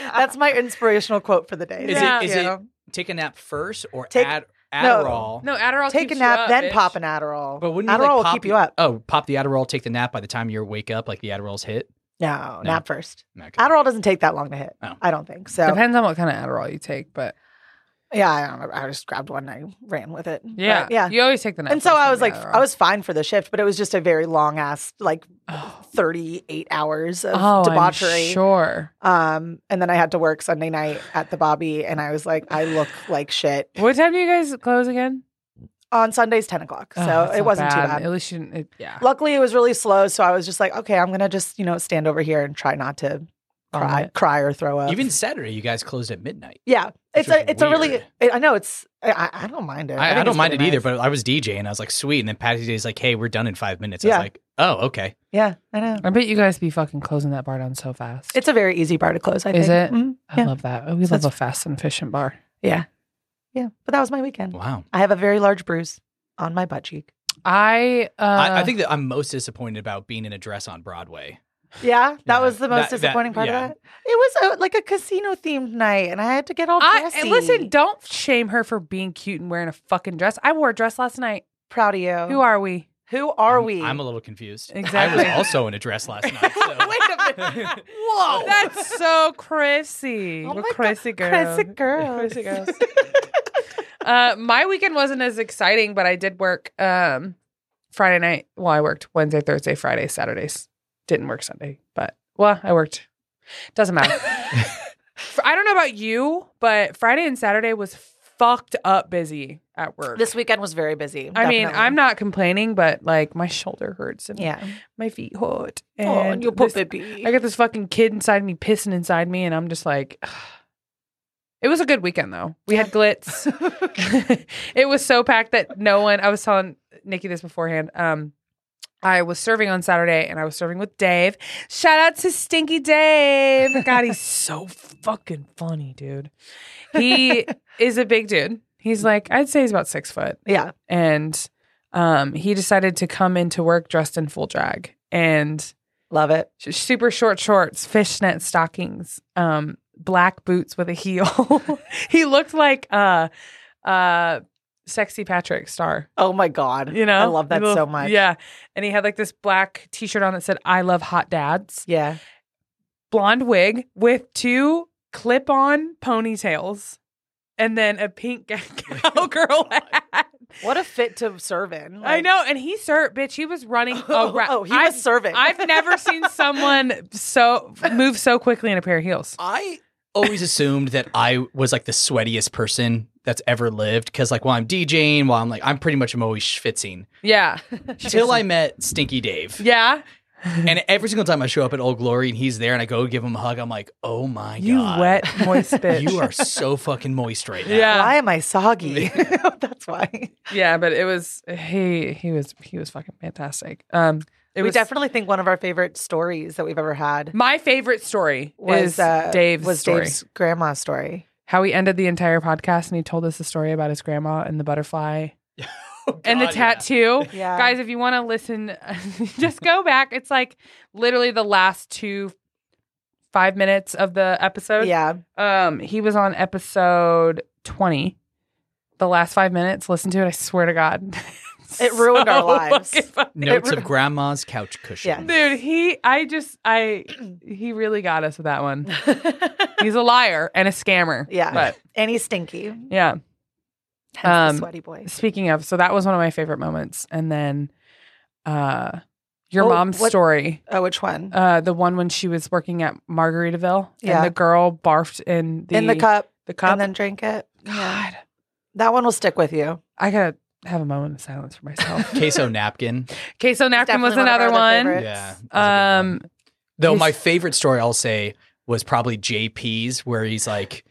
That's my inspirational quote for the day. Is it- Thank is it- you. Take a nap first or Take- add no. Adderall. no Adderall. take a keeps nap, you up, then bitch. pop an Adderall? But wouldn't you Adderall like will pop keep you up. Oh, pop the Adderall, take the nap by the time you wake up, like the Adderall's hit. No, No. nap first. Okay. Adderall doesn't take that long to hit. Oh. I don't think so. Depends on what kind of Adderall you take, but Yeah, I don't know. I just grabbed one. and I ran with it. But yeah, yeah. You always take the. and so I was like, I was fine for the shift, but it was just a very long ass, like thirty-eight hours of oh, debauchery. I'm sure. Um, and then I had to work Sunday night at the Bobby, and I was like, I look like shit What time do you guys close again? on Sundays, ten o'clock. Oh, So that's it not wasn't too bad. At least you didn't. It, yeah. Luckily, it was really slow, so I was just like, okay, I'm gonna just you know stand over here and try not to cry, Vomit. cry or throw up. Even Saturday, you guys closed at midnight. yeah, Which it's a was it's a really weird. I I know it's I- I, I don't mind it. think I, I it's don't mind it pretty either, nice. but I was DJing. I was like, sweet. And then Patty Day's like, hey, we're done in five minutes. I Yeah. was like, oh, okay. yeah, I know I bet you guys be fucking closing that bar down so fast. it's a very easy bar to close. I Is think. it? Mhm. I yeah, love that. We love That's- a fast and efficient bar. yeah. But that was my weekend. Wow. I have a very large bruise on my butt cheek. I uh, I, I think that I'm most disappointed about being in a dress on Broadway. Yeah, that Yeah, was the most that- that- disappointing part yeah. of that. It was a, like a casino themed night, and I had to get all I dressy. listen. Don't shame her for being cute and wearing a fucking dress. I wore a dress last night. proud of you. Who are we? who are I'm- we? I'm a little confused. Exactly. I was also in a dress last night. Wait a minute. Whoa, that's so Chrissy. Oh We're my God, Chrissy girls. Crazy girl. Crazy girls. uh, my weekend wasn't as exciting, but I did work um, Friday night. Well, I worked Wednesday, Thursday, Friday, Saturdays. Didn't work Sunday, but well, I worked. Doesn't matter. For- I don't know about you, but Friday and Saturday was fucked up busy at work. This weekend was very busy. I mean, definitely. I'm not complaining, but like my shoulder hurts and Yeah. my feet hurt. And Oh, you poor this- baby. I got this fucking kid inside me pissing inside me, and I'm just like, it was a good weekend though. We had glitz. it was so packed that no one. I was telling Nikki this beforehand. Um, I was serving on Saturday, and I was serving with Dave. Shout out to Stinky Dave. God, he's so fucking funny, dude. He is a big dude. He's like, I'd say he's about six foot yeah. and um, he decided to come into work dressed in full drag and Love it. sh- super short shorts, fishnet stockings, um, black boots with a heel. he looked like uh, uh, sexy Patrick Star. Oh my God. You know, I love that Little- so much. Yeah, and he had like this black T-shirt on that said "I love hot dads," Yeah. blonde wig with two clip-on ponytails, and then a pink cowgirl hat. What a fit to serve in. I Like- know, and he served, bitch. He was running around. Oh, oh, he was serving. I've never seen someone so move so quickly in a pair of heels. I always assumed that I was like the sweatiest person that's ever lived because like while I'm DJing, while I'm like I'm pretty much I'm always schwitzing. Yeah. Till I met Stinky Dave, Yeah. and every single time I show up at Old Glory and he's there, and I go give him a hug, I'm like, oh my You god, wet, moist bitch. you are so fucking moist right now. yeah. Why am I soggy? That's why. Yeah, but it was he he was he was fucking fantastic. Um it we was definitely think one of our favorite stories that we've ever had my favorite story was is uh, Dave's was story. Dave's grandma's story. How he ended the entire podcast and he told us a story about his grandma and the butterfly Oh, and the God, yeah. tattoo. Yeah, Guys, if you want to listen, just go back. It's like literally the last two five minutes of the episode. Yeah, Um, he was on episode twenty. The last five minutes, listen to it. I swear to God, It ruined our So lives. fucking funny. Notes of grandma's couch cushion. Dude, he, I just, I, he really got us with that one. He's a liar and a scammer. yeah. But and he's stinky. yeah. Hence Um, the sweaty boy. Speaking of, so that was one of my favorite moments. And then, uh, your Oh, mom's what- story, Oh, which one? uh, the one when she was working at Margaritaville Yeah. and the girl barfed in the, In the cup, the cup. and then drink it. Yeah, God, that one will stick with you. I gotta have a moment of silence for myself. Queso napkin. Queso napkin was definitely one of another our other one. favorites. Yeah. that's a good one. Um, Though His- my favorite story I'll say was probably JP's, where he's like,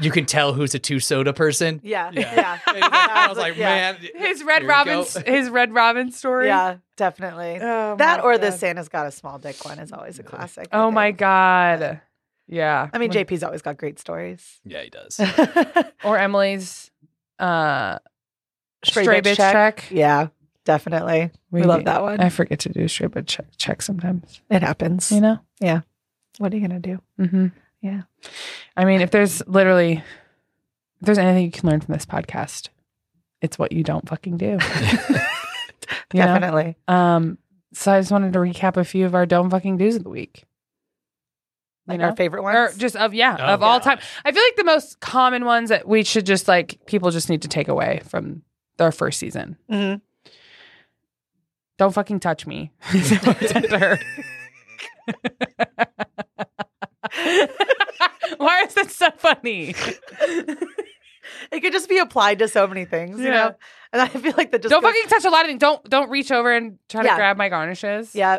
you can tell who's a two soda person. Yeah, Yeah. yeah, And he's like- I was like, Yeah. man, Um, his Red here we go." Robin, his Red Robin story. yeah, definitely. Oh, that my or God. the Santa's got a small dick one is always a classic. I Oh my think. god. Yeah. I mean, When- JP's always got great stories. Yeah, he does. Stray, or Emily's uh straight bitch check. Yeah, definitely. We, love that one. I forget to do straight bitch check, check sometimes. It happens. You know. What are you gonna do? Mm-hmm. Yeah. I mean, if there's literally, if there's anything you can learn from this podcast, it's what you don't fucking do. you know? Definitely. Um. So I just wanted to recap a few of our don't fucking do's of the week. You Like know? our favorite ones. or just of yeah Oh, of all God. time. I feel like the most common ones that we should just like people just need to take away from our first season. Mhm. Don't fucking touch me. Is that what I said to her? Why is that so funny? Mm-hmm. It could just be applied to so many things, you Yeah. know. And I feel like the just don't goes- fucking touch a lot of things. Don't don't reach over and try to Yeah. grab my garnishes. Yeah.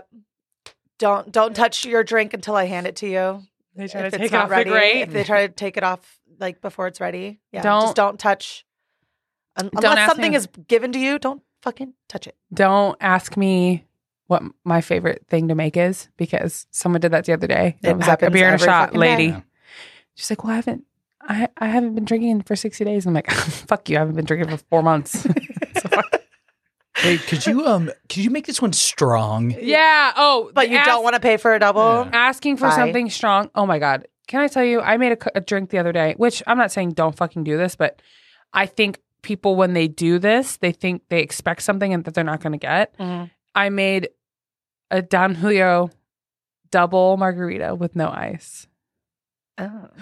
Don't don't touch your drink until I hand it to you. they try if to it's take it not off ready, the grate. if they try to take it off like before it's ready, yeah. Don't- just don't touch. Un- Don't unless ask something me. is given to you, don't fucking touch it. don't ask me what my favorite thing to make is because someone did that the other day. It It was like a happens beer and a every shot, fucking day. lady. Yeah. She's like, "Well, I haven't, I, I haven't been drinking for sixty days." And I'm like, "Fuck you! I haven't been drinking for four months." hey, could you um could you make this one strong? yeah. Oh, But you don't want to pay for a double. Yeah. asking for Bye. something strong. Oh my god! Can I tell you? I made a, c- a drink the other day, which I'm not saying don't fucking do this, but I think people when they do this, they think they expect something and that they're not going to get. Mhm. I made a Don Julio double margarita with no ice. Oh.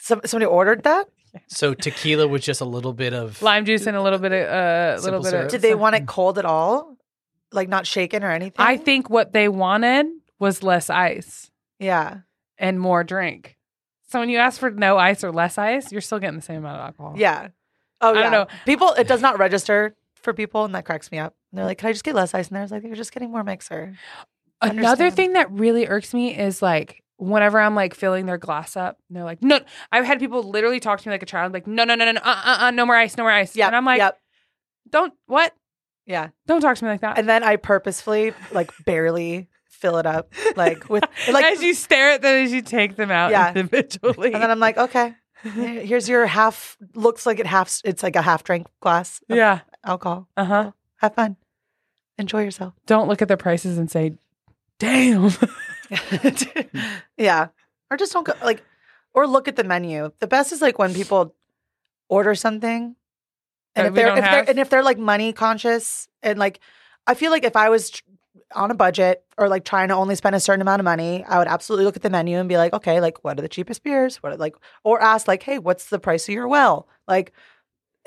Some, somebody ordered that. So tequila was just a little bit of Lime juice and a little bit of uh, a Simple little bit syrup. of. Did they want it cold at all? Like not shaken or anything? mm. I think what they wanted was less ice Yeah. and more drink. So when you ask for no ice or less ice, you're still getting the same amount of alcohol. Yeah. Oh, I yeah. don't know. People, it does not register for people, and that cracks me up. And they're like, "Can I just get less ice?" And I was like, "You're just getting more mixer." Another Understand. thing that really irks me is like whenever I'm like filling their glass up, and they're like, "No." I've had people literally talk to me like a child, like, "No, no, no, no, no, uh, uh, uh no more ice, no more ice." Yeah. and I'm like, yep, "Don't what? yeah. Don't talk to me like that." And then I purposefully like barely fill it up, like with like, as you stare at them, as you take them out Yeah. individually, and then I'm like, "Okay, here- here's your half. Looks like it half. It's like a half drink glass of yeah, alcohol. uh huh. Have fun, enjoy yourself." Don't look at the prices and say, "Damn." yeah. Or just don't go like or look at the menu. The best is like when people order something That and if we they're don't if have? they're and if they're like money conscious and like I feel like if I was tr- on a budget or like trying to only spend a certain amount of money, I would absolutely look at the menu and be like, okay, like what are the cheapest beers? What are like or ask like, hey, what's the price of your well? Like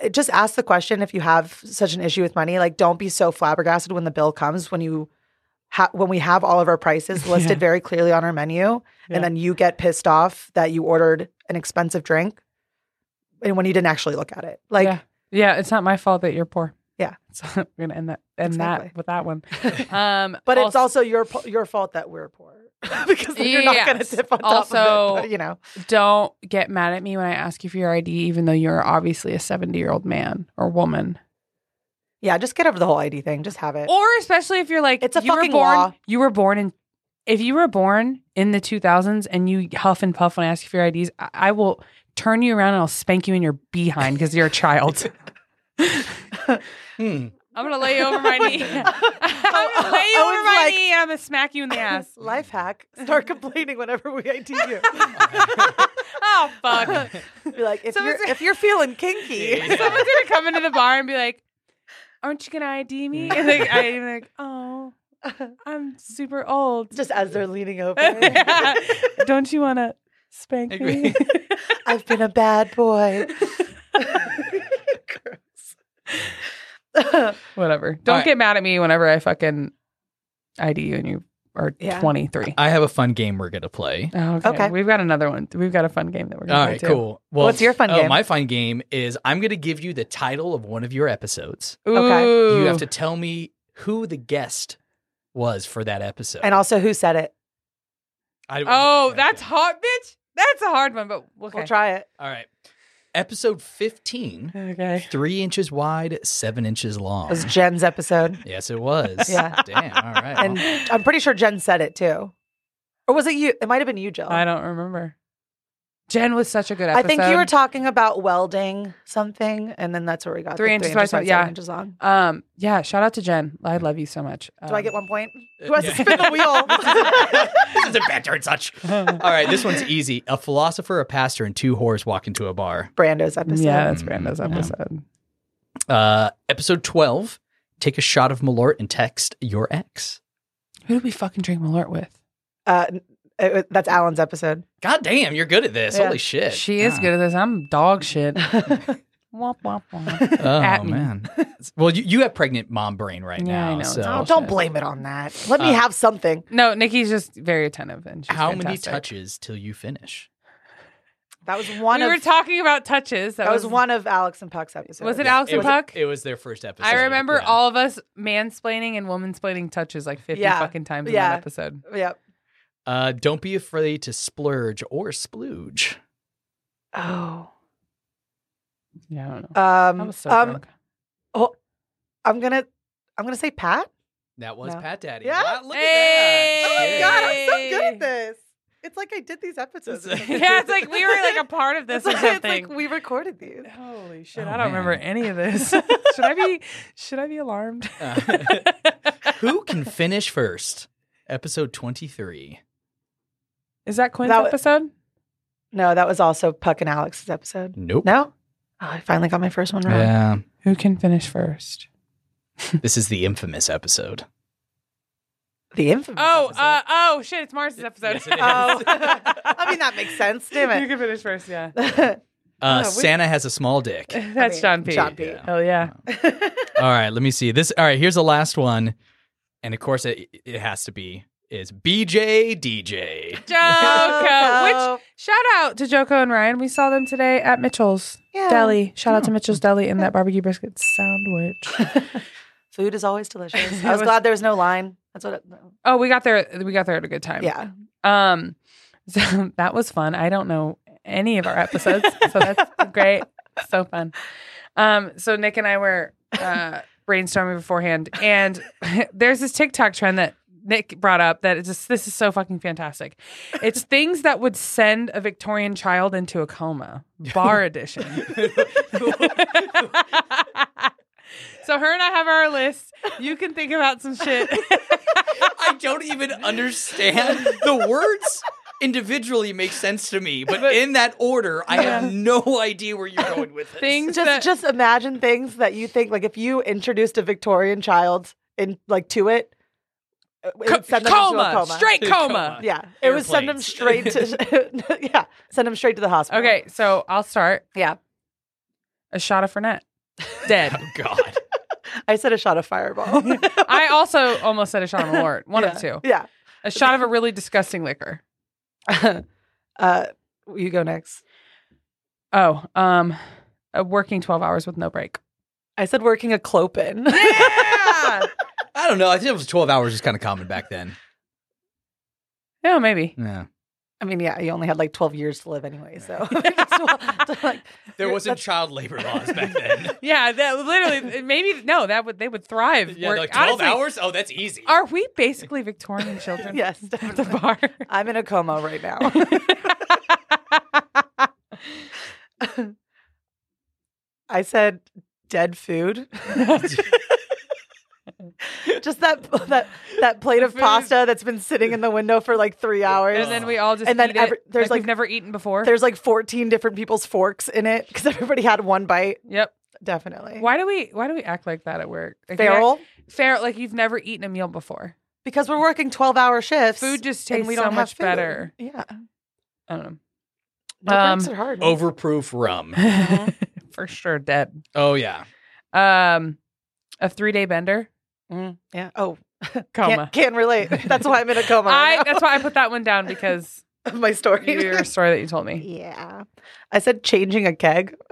it- just ask the question if you have such an issue with money. Like, don't be so flabbergasted when the bill comes when you ha- when we have all of our prices listed Yeah. very clearly on our menu, Yeah. and then you get pissed off that you ordered an expensive drink, and when you didn't actually look at it, like Yeah. Yeah, it's not my fault that you're poor. Yeah. So we're gonna end that end Exactly. that with that one. Um But it's also your po- your fault that we're poor because then you're not going Yes. to tip on top Also- of it. But, you know, don't get mad at me when I ask you for your ID, even though you're obviously a 70 year old man or woman. yeah, just get over the whole ID thing. Just have it. Or especially if you're like It's a you fucking were born, law. You were born in if you were born in the 2000s and you huff and puff when I ask you for your IDs, I, I will turn you around and I'll spank you in your behind because you're a child. Hmm. I'm gonna lay you over my knee. I'm gonna lay you over Owen's my Oh, like- knee. I'm gonna smack you in the ass. Life hack: start complaining whenever we ID you. Oh fuck! Be like, if So you're it's- if you're feeling kinky, Someone's gonna come into the bar and be like, "Aren't you gonna ID me?" And like, I'm like, "Oh, I'm super old. just as they're leaning over, Don't you want to spank me?" Agree. I've been a bad boy. Gross. Whatever. Don't right. get mad at me whenever I fucking ID you and you are Yeah. 23. I have a fun game we're gonna play. Oh, okay. Okay. We've got another one. We've got a fun game that we're gonna All play right, too. cool. Well, What's your fun oh, game? My fun game is I'm gonna give you the title of one of your episodes. Okay. Ooh. You have to tell me who the guest was for that episode. and also, who said it? I, Oh, that's hard, bitch. That's a hard one, but okay. We'll try it. all right. Episode 15, Okay. three inches wide, seven inches long. It was Jen's episode, yes, it was. Yeah. Damn. All right. and I'm pretty sure Jen said it too, or was it you? It might have been you, Jill. I don't remember. Jen was such a good I episode. think you were talking about welding something, and then that's where we got the Three inches by seven- wide, yeah. seven inches long. um, yeah, shout out to Jen. I love you so much. Do I get Um, one point? Uh, Who has yeah. to spin the wheel? this is a banter and such. one? All right, this one's easy. A philosopher, a pastor, and two whores walk into a bar. Brando's episode. yeah, that's Brando's episode. Uh, episode 12, take a shot of Malort and text your ex. Who did we fucking drink Malort with? Uh, n- it was- that's Alan's episode. God damn, you're good at this. Yeah. Holy shit. Uh, She is Yeah. good at this. I'm dog shit. womp, womp, womp. Oh, at me. man. Well, you, you have pregnant mom brain right Yeah, now. I know. So. It's Oh, all don't shit. blame it on that. Let me Uh, have something. No, Nikki's just very attentive and she's How many fantastic. touches till you finish? That was one we of were talking about touches. That, that was one of Alex and Puck's episodes. Was it Alex and was, Puck? It was their first episode. I remember yeah. all of us mansplaining and womansplaining touches like fifty Yeah. fucking times in Yeah. that episode. Yep. Uh, don't be afraid to splurge or splooge. Oh. Yeah, I don't know. I Um. was so um. drunk. oh, I'm gonna. I'm gonna say Pat. That was No. Pat Daddy. Yeah? Wow, look Hey! at Oh that. my Shit. God, I'm so good at this. It's like I did these episodes. or something. yeah, it's like we were like a part of this or something. we recorded these. Holy shit! Oh, I don't remember man. any of this. should I be? Should I be alarmed? Uh, Who can finish first? Episode 23. Is that Quinn's That wa- episode? No, that was also Puck and Alex's episode. Nope. No. Oh, I finally got my first one wrong. Yeah. Who can finish first? This is the infamous episode. The infamous. Oh, episode. uh, oh shit! It's Mars's episode. Yes, it is. Oh. I mean, that makes sense. You Damn can finish first, yeah. it. Uh, Yeah, we- Santa has a small dick. That's mean, Oh, John P. John P. Yeah. Hell yeah. All right, let me see. This all right, here's the last one. And of course it, it has to be is BJ DJ. Joko. Which shout out to Joko and Ryan. We saw them today at Mitchell's Yeah. Deli. Shout out to Mitchell's Deli and that barbecue brisket sandwich. Food is always delicious. It I was was- glad there was no line. That's what. It, Oh, we got there we got there at a good time. yeah. Um so that was fun. I don't know any of our episodes. so that's great. So fun. Um so Nick and I were uh brainstorming beforehand and there's this TikTok trend that Nick brought up that it's just this is so fucking fantastic. It's things that would send a Victorian child into a coma. Bar edition. so her and I have our list. You can think about some shit. I don't even understand the words individually make sense to me, but, in that order, I Yeah. have no idea where you're going with this. Things Just that just imagine things that you think like if you introduced a Victorian child in like to it, uh, it would Co- send them into a coma, coma. straight coma. Coma. Yeah, it would send them Airplanes. straight to yeah, send them straight to the hospital. Okay, so I'll start Yeah. a shot of Fernet. Dead. Oh God. I said a shot of fireball. I also almost said a shot of Malort. One of the two. yeah. A shot of a really disgusting liquor. uh, you go next. Oh, um, uh, working 12 hours with no break. I said working a clopin. Yeah. I don't know. I think it was 12 hours was kind of common back then. yeah, maybe. Yeah. I mean, yeah, you only had like 12 years to live anyway. So, So, like, There you're- wasn't that's- child labor laws back then. Yeah, that literally maybe no, that would they would thrive. yeah, Work- like 12 honestly, hours? Oh, that's easy. Are we basically Victorian children? Yes, At the definitely. bar. I'm in a coma right now. I said dead food. Just that that that plate of Food. pasta that's been sitting in the window for like three hours. and then we all just And then eat it every- there's like, we've like- never eaten before. There's like 14 different people's forks in it because everybody had one bite. Yep. Definitely. Why do we why do we act like that at work? Like, we act- Feral? Feral like you've never eaten a meal before. Because we're working 12 hour shifts. Food just and tastes we don't so have much food. better. Yeah. I don't know. No Um, breaks are hard. Mm-hmm. Overproof rum. For sure dead. Oh, yeah. Um a 3-day bender. Mm, yeah. Oh, Coma. Can't, can't relate. That's why I'm in a coma. I right now. that's why I put that one down because my story. your story that you told me. yeah. I said changing a keg.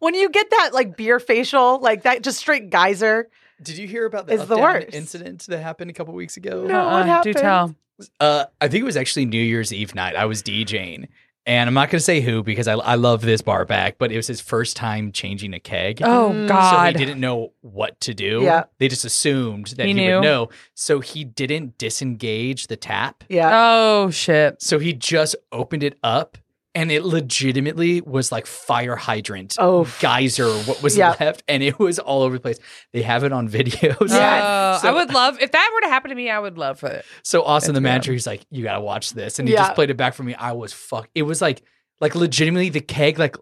When you get that like beer facial, like that just straight geyser. Did you hear about It's up the down worst. incident that happened a couple weeks ago? No, what Uh-uh, Do happened? tell. Uh, I think it was actually New Year's Eve night. I was DJing. And I'm not going to say who because I, I love this bar back, but it was his first time changing a keg. Oh Mm. god. So he didn't know what to do. Yeah. They just assumed that He he, knew. would know. So he didn't disengage the tap. Yeah. oh shit. So he just opened it up and it legitimately was like fire hydrant Oh, geyser what was Yeah. left and it was all over the place. They have it on video. So, Yes. Oh, So- I would love if that were to happen to me, I would love for it. so Austin That's the rad. manager he's like you got to watch this and he Yeah. just played it back for me. I was fuck it was like like legitimately the keg like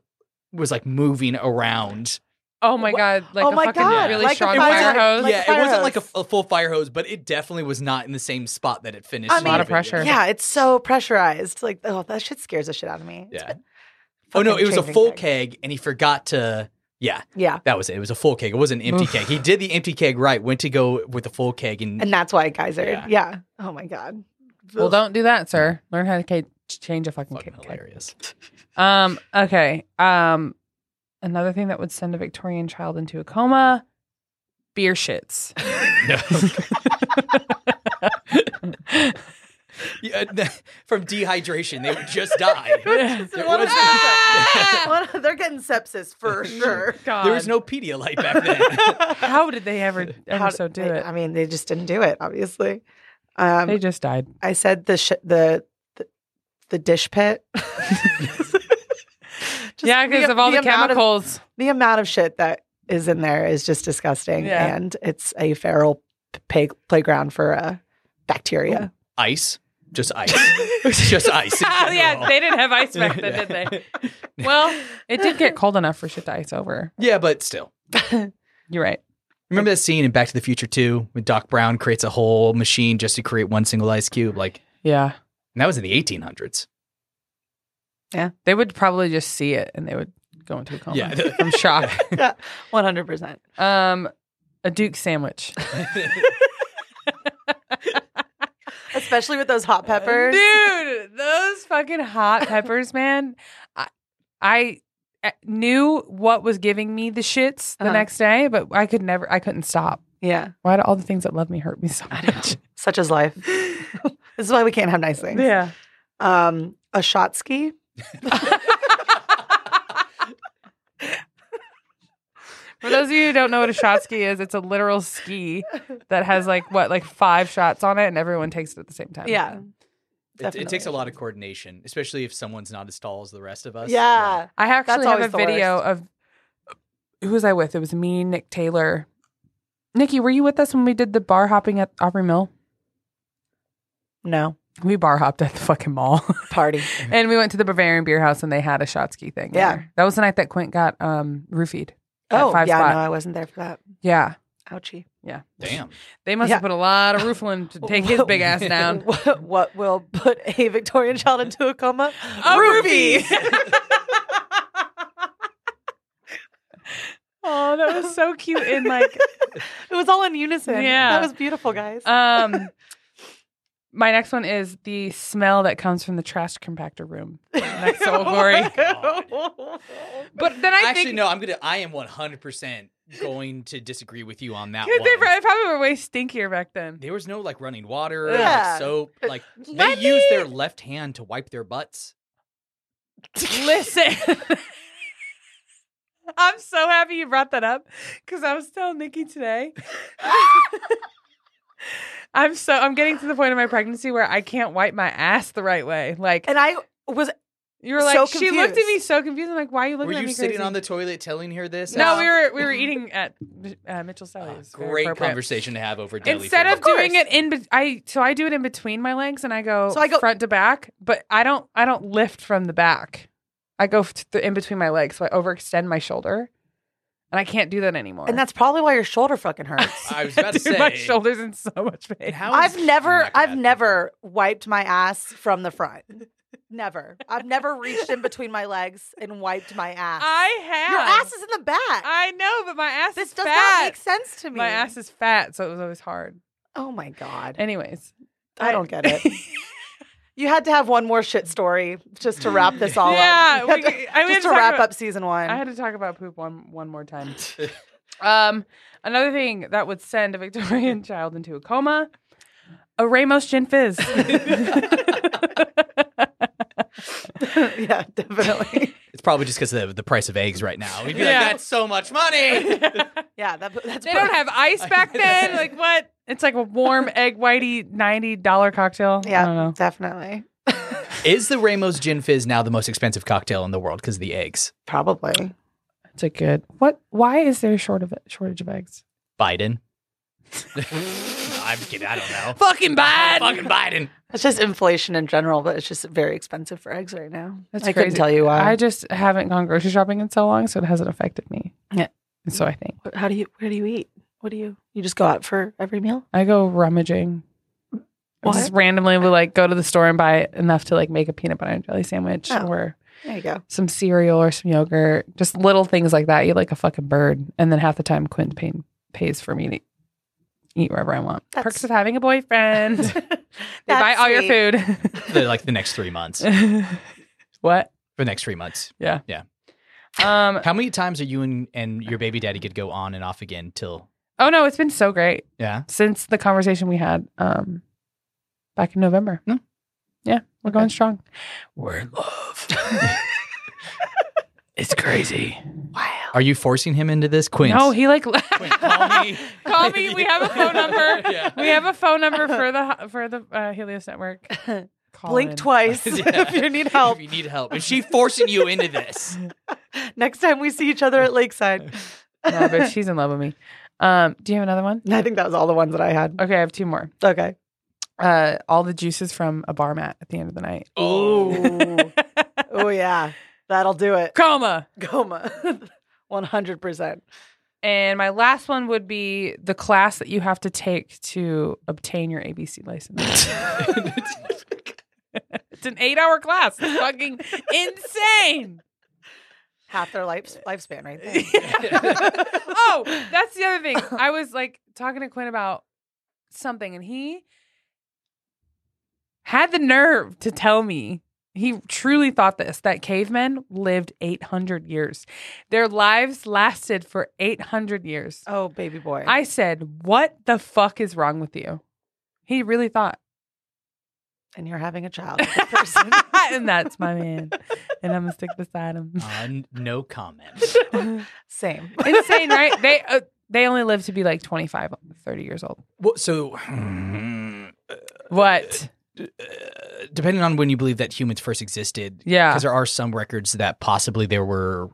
was like moving around. Oh my Wha- god, like oh a my fucking God, really like a strong fire- fire hose. Like yeah, fire it wasn't like hose. a, a full fire hose, but it definitely was not in the same spot that it finished. I in mean- the Lot of video. pressure. Yeah, it's so pressurized. Like, oh, that shit scares the shit out of me. It's Yeah. been- Oh no, fucking it was a changing full keg. keg and he forgot to yeah, Yeah. That was it. It was a full keg. It wasn't an empty Oof. keg. He did the empty keg right, went to go with the full keg and, And that's why it geysered. Yeah. Yeah. Oh my God. Well, Ugh. don't do that, sir. Learn how to ca- change a fucking fucking cake. hilarious. Um. Okay. Um. Another thing that would send a Victorian child into a coma: beer shits. Yeah, th- From dehydration, they would just die. There One of was, them- One of- they're getting sepsis for sure. God, there was no Pedialyte back then. How did they ever ever How- so do they- um, it? I mean, they just didn't do it, obviously. Um, they just died. I said the sh- the, the the dish pit. Just yeah, because the- of all the, amount chemicals. the amount of shit that is in there is just disgusting, Yeah. and it's a feral p- pig playground for uh, bacteria. Ice, just ice, just ice. in Oh, yeah, general. they didn't have ice back then, did they? Well, it did get cold enough for shit to ice over. Yeah, but still. You're right. Remember that scene in Back to the Future 2 when Doc Brown creates a whole machine just to create one single ice cube? Like, Yeah. and that was in the 1800s. They would probably just see it and they would go into a coma. Yeah. Oh, I'm shocked. One hundred percent. Um, a Duke sandwich. Especially with those hot peppers. Dude, those fucking hot peppers, man. I, I uh, knew what was giving me the shits the Uh-huh. next day, but I could never, I couldn't stop. Yeah, Why do all the things that love me hurt me so much? such is life. this is why we can't have nice things. Yeah. Um, a shotski. For those of you who don't know what a shot ski is, it's a literal ski that has like what, like five shots on it, and everyone takes it at the same time. Yeah. It, it takes Definitely. a lot of coordination, especially if someone's not as tall as the rest of us. Yeah. I actually always have a the video of who was I with? It was me, Nick Taylor. Nikki, were you with us when we did the bar hopping at Aubrey Mill? No. We bar hopped at the fucking mall. Party. and we went to the Bavarian beer house and they had a shot ski thing. Yeah. there. That was the night that Quint got um roofied. at oh, yeah. five spot. No, I wasn't there for that. Yeah. Ouchie. Damn. They must Yeah. have put a lot of roofing to take his big ass down. what, what will put a Victorian child into a coma? A roofie. Oh, that was so cute. And like, It was all in unison. Yeah. That was beautiful, guys. um, my next one is the smell that comes from the trash compactor room next Oh to Old Glory. But then I Actually, think no. I'm gonna. I am 100 percent going to disagree with you on that Dude, one. they pro- probably were way stinkier back then. There was no like running water, like, Yeah. soap. Like they Let used me- their left hand to wipe their butts. Listen. I'm so happy you brought that up because I was telling Nikki today. I'm so I'm getting to the point of my pregnancy where I can't wipe my ass the right way. Like and I was you were like so she looked at me confused. so confused. I'm like, why are you looking Were at you me sitting crazy? on the toilet telling her this? No, Yeah. we were we were eating at uh, Mitchell Ah, Sally's. great conversation to have over deli Instead food. of doing course. it in, be- I so I do it in between my legs, and I go So I go- front to back, but I don't I don't lift from the back. I go f- th- in between my legs, so I overextend my shoulder, and I can't do that anymore. and that's probably why your shoulder fucking hurts. I was about to Dude, my say, shoulders in so much pain. how is- I've I'm never not gonna I've ask. never wiped my ass from the front. Never. I've never reached in between my legs and wiped my ass. I have Your ass is in the back. I know, but my ass this is does fat. not make sense to me. My ass is fat, so it was always hard. Oh my god. Anyways, I don't get it. You had to have one more shit story just to wrap this all yeah, up. we, I mean, just to wrap up season one. I had to talk about poop one one more time. um, another thing that would send a Victorian child into a coma: a Ramos gin fizz. yeah, definitely. It's probably just because of the, the price of eggs right now. We'd be Yeah. like, that's so much money. yeah, that, that's they don't have ice back then. Like what? It's like a warm egg whitey ninety dollar cocktail. I don't Yeah, know. definitely. Is the Ramos Gin Fizz now the most expensive cocktail in the world because of the eggs? Probably. It's a good. What? Why is there a short of shortage of eggs? Biden. I'm kidding. I don't know. Fucking Fucking Biden. It's just inflation in general, but it's just very expensive for eggs right now. That's I crazy. couldn't tell you why. I just haven't gone grocery shopping in so long, so it hasn't affected me. Yeah. And so I think How do you? Where do you eat? What do you? You just go out for every meal? I go rummaging. I Just What? randomly would like go to the store and buy enough to like make a peanut butter and jelly sandwich Oh. or There you go. some cereal or some yogurt. Just little things like that. Eat like a fucking bird. And then half the time Quinn pay- pays for me to eat wherever I want. That's- Perks of having a boyfriend. they buy That's all sweet. your The, like the next three months. For food. what? the next three months. Um How many times are you and, and your baby daddy could go on and off again till? oh no, it's been so great Yeah. since the conversation we had um back in November. No. Yeah, we're going strong. We're in love. it's crazy. Wow. Are you forcing him into this? Quince. No, he like Quince, call me. Call me. We have a phone number. Yeah. We have a phone number for the for the uh, Helios Network. Call Blink in. twice Yeah. if you need help. If you need help. Is she forcing you into this? Next time we see each other at Lakeside. No, bitch, she's in love with me. Um, do you have another one? I think that was all the ones that I had. Okay, I have two more. Okay. Uh, all the juices from a bar mat at the end of the night. Oh. oh yeah, that'll do it. Coma. Goma. 100%. And my last one would be the class that you have to take to obtain your ABC license. Uh, it's an eight-hour class. It's fucking insane. Half their life, lifespan right there. oh, that's the other thing. I was like talking to Quinn about something, and he had the nerve to tell me he truly thought this that cavemen lived 800 years. Their lives lasted for 800 years. Oh, baby boy. I said, What the fuck is wrong with you? He really thought. and you're having a child. with this person. and that's my man. And I'm going to stick beside him. Uh, n- no comment. Same. Insane, right? They uh, they only live to be like 25, 30 years old. Well, so, hmm, uh, What? depending on when you believe that humans first existed, Yeah. because there are some records that possibly there were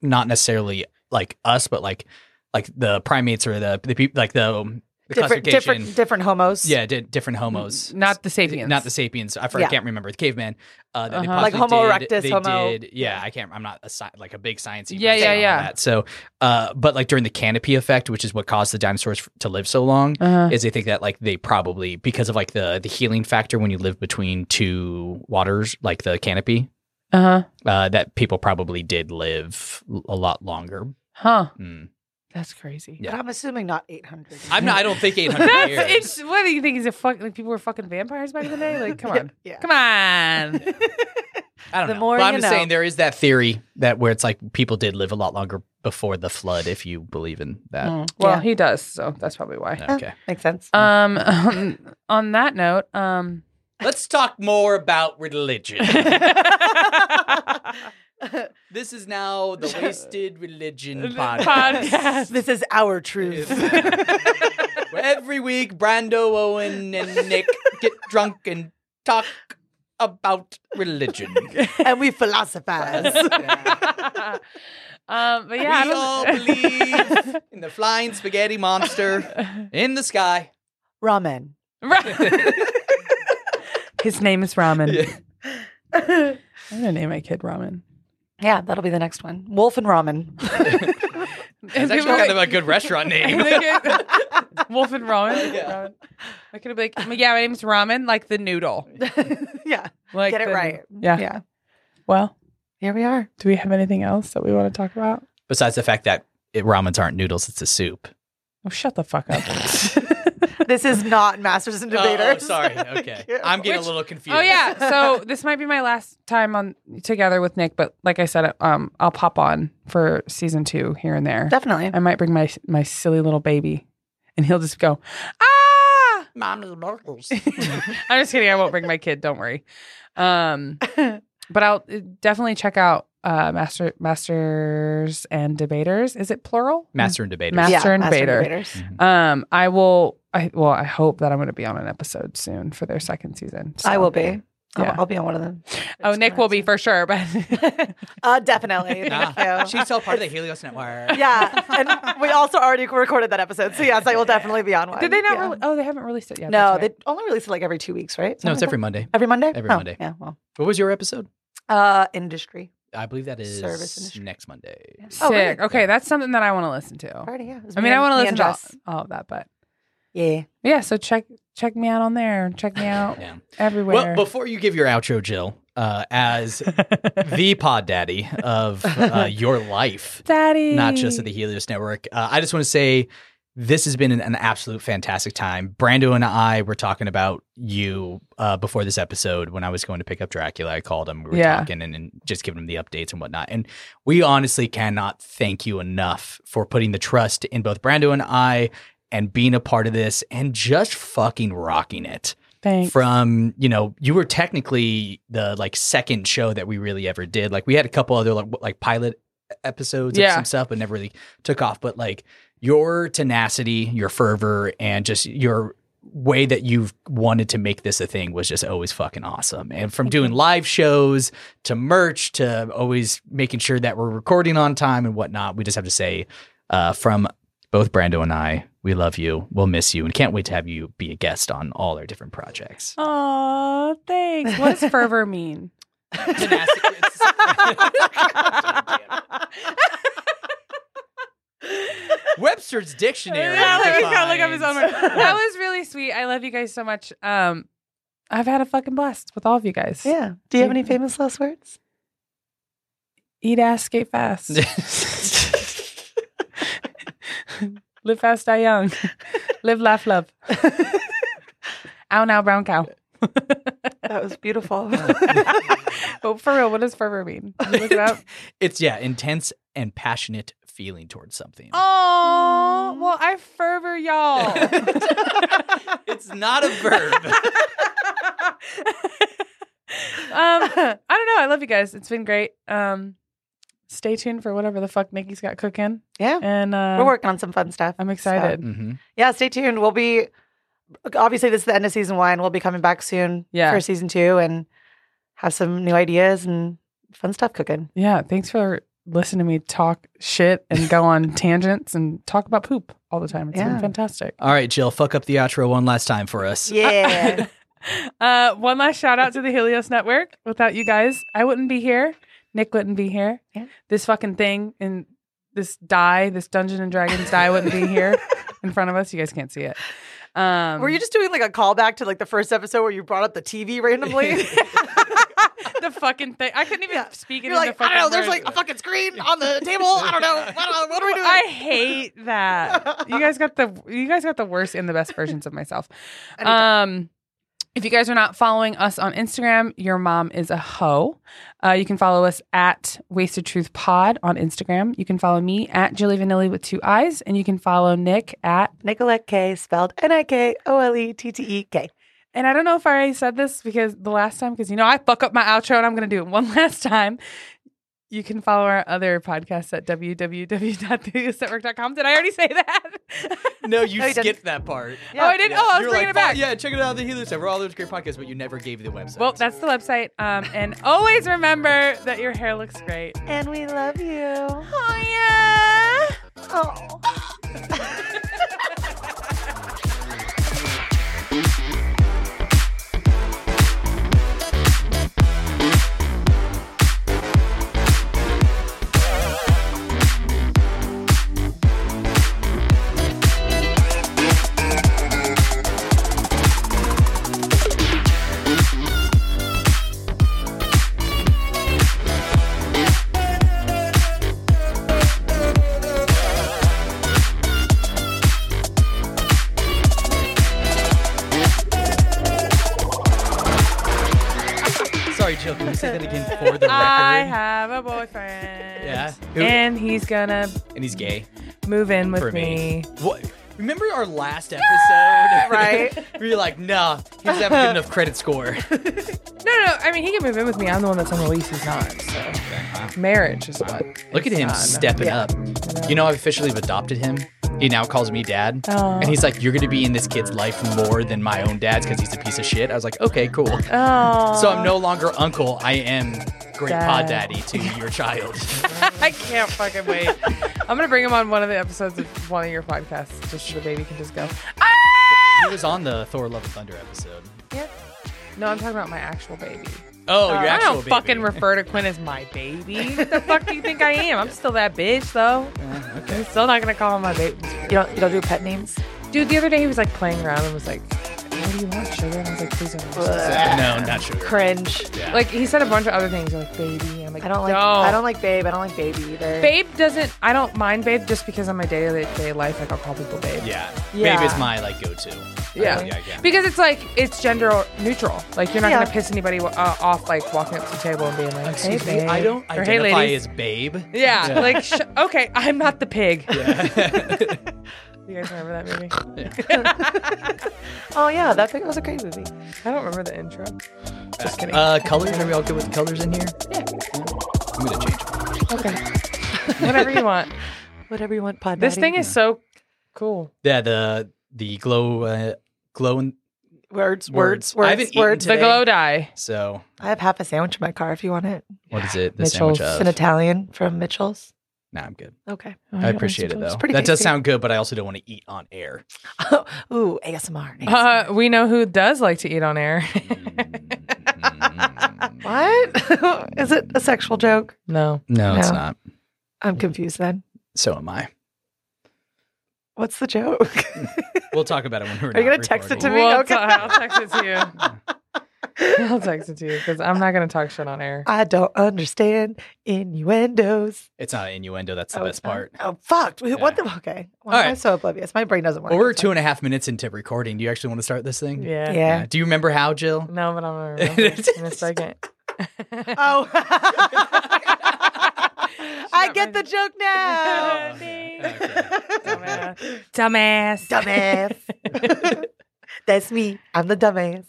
not necessarily like us, but like like the primates or the the people like the, um, the different, classification. different, different homos. yeah, di- different homos. Not the sapiens. Not the sapiens. I, for, Yeah. can't remember the caveman. Uh, that they Uh-huh. Like possibly Homo did- erectus, they Homo- Did, yeah, I can't. I'm not a sci- like a big science. Yeah, yeah, yeah. That. So, uh, but like during the canopy effect, which is what caused the dinosaurs f- to live so long, Uh-huh. is they think that like they probably because of like the the healing factor when you live between two waters, like the canopy, Uh-huh. Uh huh. uh, that people probably did live l- a lot longer Huh. Mm. That's crazy. Yeah. But I'm assuming not 800. I'm not. I don't think 800 That's years. it's, what do you think? He's a fuck. Like people were fucking vampires back in the day. Like, come Yeah, on, Yeah. come on. I don't the know. more but I'm you just saying know. there is that theory that where it's like people did live a lot longer before the flood, if you believe in that. Mm. Well, Yeah. he does, so that's probably why. Okay. Makes sense. Um, on, on that note, um, Let's talk more about religion. this is now the Wasted Religion Uh, podcast. this is our truth. Where every week, Brando, Owen, and Nick get drunk and talk about religion. and we philosophize. um, but yeah, I we don't- all believe in the flying spaghetti monster in the sky. Ramen. his name is Ramen. Yeah. I'm gonna name my kid Ramen. Yeah, that'll be the next one. Wolf and ramen. It's actually kind of a good restaurant name. Wolf and Ramen. Yeah. Ramen. I could have been like, yeah, my name's Ramen, like the noodle. yeah. Like Get it the- right. Yeah. Yeah. Well, Here we are. do we have anything else that we want to talk about? Besides the fact that it, ramens aren't noodles, it's a soup. Oh, shut the fuck up. This is not Masters Oh, and Debaters. Yeah. getting a little confused. Oh yeah. So this might be my last time on together with Nick, but like I said, um, I'll pop on for season two here and there. Definitely. I might bring my my silly little baby, and he'll just go ah. Mom is Marcos. I'm just kidding. I won't bring my kid. Don't worry. Um, but I'll uh, definitely check out uh, master masters and debaters. Is it plural? Master and debater. Mas- Mm-hmm. Yeah, Master and Bader. Debaters. Um, I will. I well, I hope that I'm going to be on an episode soon for their second season. so. I will be. I'll, Mm. Yeah. I'll be on one of them. Oh, Nick will be for sure. But Uh, definitely. Nah, Thank you. Ah, She's still part of the Helios Network. yeah, and we also already recorded that episode, so yes, I will definitely be on one. did they not? Yeah. Re- oh, they haven't released it yet. No, that's they only release it like every two weeks, right? No, it's Something every Monday. like that? every Monday. every Oh, Monday. Yeah. Well, What was your episode? uh, industry I believe that is Service industry. next Monday. Sick. Oh, really? Okay, that's something that I want to listen to. party. Yeah. It was I me mean, I and- want to me listen and to all, Jess. all of that, but Yeah. yeah. So check check me out on there. Check me Oh. out Yeah. everywhere. Well, before you give your outro, Jill, uh, as the pod daddy of uh, your life, Daddy, not just at the Helios Network. Uh, I just want to say this has been an, an absolute fantastic time. Brando and I were talking about you uh, before this episode when I was going to pick up Dracula. I called him. We were Yeah. talking and, and just giving him the updates and whatnot. And we honestly cannot thank you enough for putting the trust in both Brando and I and being a part of this and just fucking rocking it Thanks. from you know you were technically the like second show that we really ever did like we had a couple other like, w- like pilot episodes of Yeah. some stuff but never really took off but like your tenacity your fervor and just your way that you've wanted to make this a thing was just always fucking awesome and from doing Mm-hmm. live shows to merch to always making sure that we're recording on time and whatnot we just have to say uh, from both brando and i we love you we'll miss you and can't wait to have you be a guest on all our different projects Aw, thanks. What does fervor mean? tenacity. Webster's dictionary. Yeah, like, he's gotta look up his defines- own word. That was really sweet. I love you guys so much. Um, I've had a fucking blast with all of you guys. Yeah. Do you have any famous last words? Eat ass, skate fast, live fast, die young, live, laugh, love. Ow now, brown cow. That was beautiful. Oh, for real, what does fervor mean? Did you look it up? it's yeah, intense and passionate feeling towards something. Oh, Mm. well, I fervor y'all. It's not a verb. um, I don't know. I love you guys. It's been great. Um, stay tuned for whatever the fuck Nikki's got cooking, yeah. and uh, We're working on some fun stuff. I'm excited. hmm Yeah, stay tuned. We'll be obviously this is the end of season one. We'll be coming back soon Yeah. for season two and have some new ideas and fun stuff cooking. Yeah, thanks for listening to me talk shit and go on tangents and talk about poop all the time. It's Yeah. Oh, been fantastic. All right, Jill, fuck up the outro one last time for us. Yeah. Uh, one last shout out to the Helios Network. Without you guys, I wouldn't be here. Nick wouldn't be here. Yeah. This fucking thing and this die, this Dungeon and Dragons die, wouldn't be here in front of us. You guys can't see it. Um, Were you just doing like a callback to like the first episode where you brought up the TV randomly? the fucking thing. I couldn't even Yeah. speak it You're in like, the I fucking don't know. There's words. like a fucking screen on the table. I don't know. What, what are we doing? I hate that. You guys got the you guys got the worst and the best versions of myself. Um if you guys are not following us on Instagram, your mom is a hoe. Uh, you can follow us at Wasted Truth Pod on Instagram. You can follow me at Jilly Vanilli with two eyes, and you can follow Nick at. Nicolette K spelled N I K O L E T T E K. And I don't know if I already said this because the last time, because you know I fuck up my outro, and I'm going to do it one last time. You can follow our other podcasts at www.theusnetwork.com. Did I already say that? No, you No, he doesn't. skipped that part. Oh, I did. Yeah. Oh, I was You're bringing like, it back. "Oh, Yeah, check it out. The Healers have all those great podcasts, but you never gave the website. Well, that's the website. Um, and always remember that your hair looks great. And we love you. Oh, yeah. Oh. sorry, Jill. Can you say that again for the record? I have a boyfriend. yeah, Who- and, And he's gonna he's gay. move in with For me. me. What? Remember our last episode? Right. we were like, nah, he doesn't have a good enough credit score. No, no, I mean, he can move in with me. I'm the one that's on the lease. He's not. So marriage is what. Look at him stepping up. You know, I officially have adopted him. He now calls me dad. Aw. And he's like, You're going to be in this kid's life more than my own dad's because he's a piece of shit. I was like, Okay, cool. Oh. So I'm no longer uncle. I am great Dad. pod daddy to your child. I can't fucking wait. I'm gonna bring him on one of the episodes of one of your podcasts, just so the baby can just go. Ah! he was on the Thor Love and Thunder episode. No, I'm talking about my actual baby. Oh, your I actual don't baby. fucking refer to Quinn as my baby. What the fuck do you think I am? I'm still that bitch though. I'm still not gonna call him my baby. You don't, you don't do pet names? Dude, the other day he was like playing around and was like, "What do you want, sugar?" And I was like, "Please don't." want sugar." Uh, No, not sure. Cringe. Yeah. Like he said a bunch of other things like baby. And I'm like, I don't like. No. I don't like babe. I don't like baby either. Babe doesn't. I don't mind babe just because on my day to day life, like I'll call people babe. yeah. Yeah. Babe is my like go to. Yeah. Yeah, yeah. Because it's like it's gender neutral. Like you're not Yeah. gonna piss anybody uh, off like walking up to the table and being like, "Hey, Excuse me, babe," I don't or, "Hey, identify ladies." as babe. Yeah, like sh- okay, I'm not the pig. Yeah. You guys remember that movie? Oh yeah, that thing was a great movie. I don't remember the intro. Just kidding. Uh, colors? Are we all good with colors in here? Yeah. I'm gonna change. okay. Whatever you want. Whatever you want, pod. This Daddy. thing is so cool. Yeah. The the glow uh, glow and words, words, words. I words, haven't eaten words. today. The glow dye. so I have half a sandwich in my car if you want it. what is it? The Mitchell's. sandwich It's of? an Italian from Mitchell's. nah, I'm good. Okay. Oh, I appreciate it Oh, though. It's That pretty does tasty. sound good, but I also don't want to eat on air. Ooh, ASMR. Uh, we know who does like to eat on air. Mm, what? is it a sexual joke? no. no, it's No. not. I'm confused then. So am I. What's the joke? We'll talk about it when we're. Are you not gonna text it to recording. me? We'll Okay. ta- I'll text it to you. I'll text it to you because I'm not going to talk shit on air. I don't understand innuendos. It's not innuendo. That's the Oh, best it's not? part. Oh, fuck. Wait, What Yeah. the? Okay. Why am I right. so oblivious? My brain doesn't work. Well, we're two and a half minutes into recording. Do you actually want to start this thing? Yeah. Yeah. Do you remember how, Jill? No, but I'm going to remember in a second. Oh. I not get the ready. joke Oh, now. Okay. Dumbass. Dumbass. dumbass. That's me. I'm the dumbass.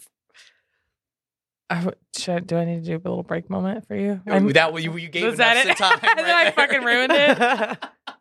I w- should I- do I need to do a little break moment for you? That you, you gave Was enough that it? time. And then I right there. fucking ruined it.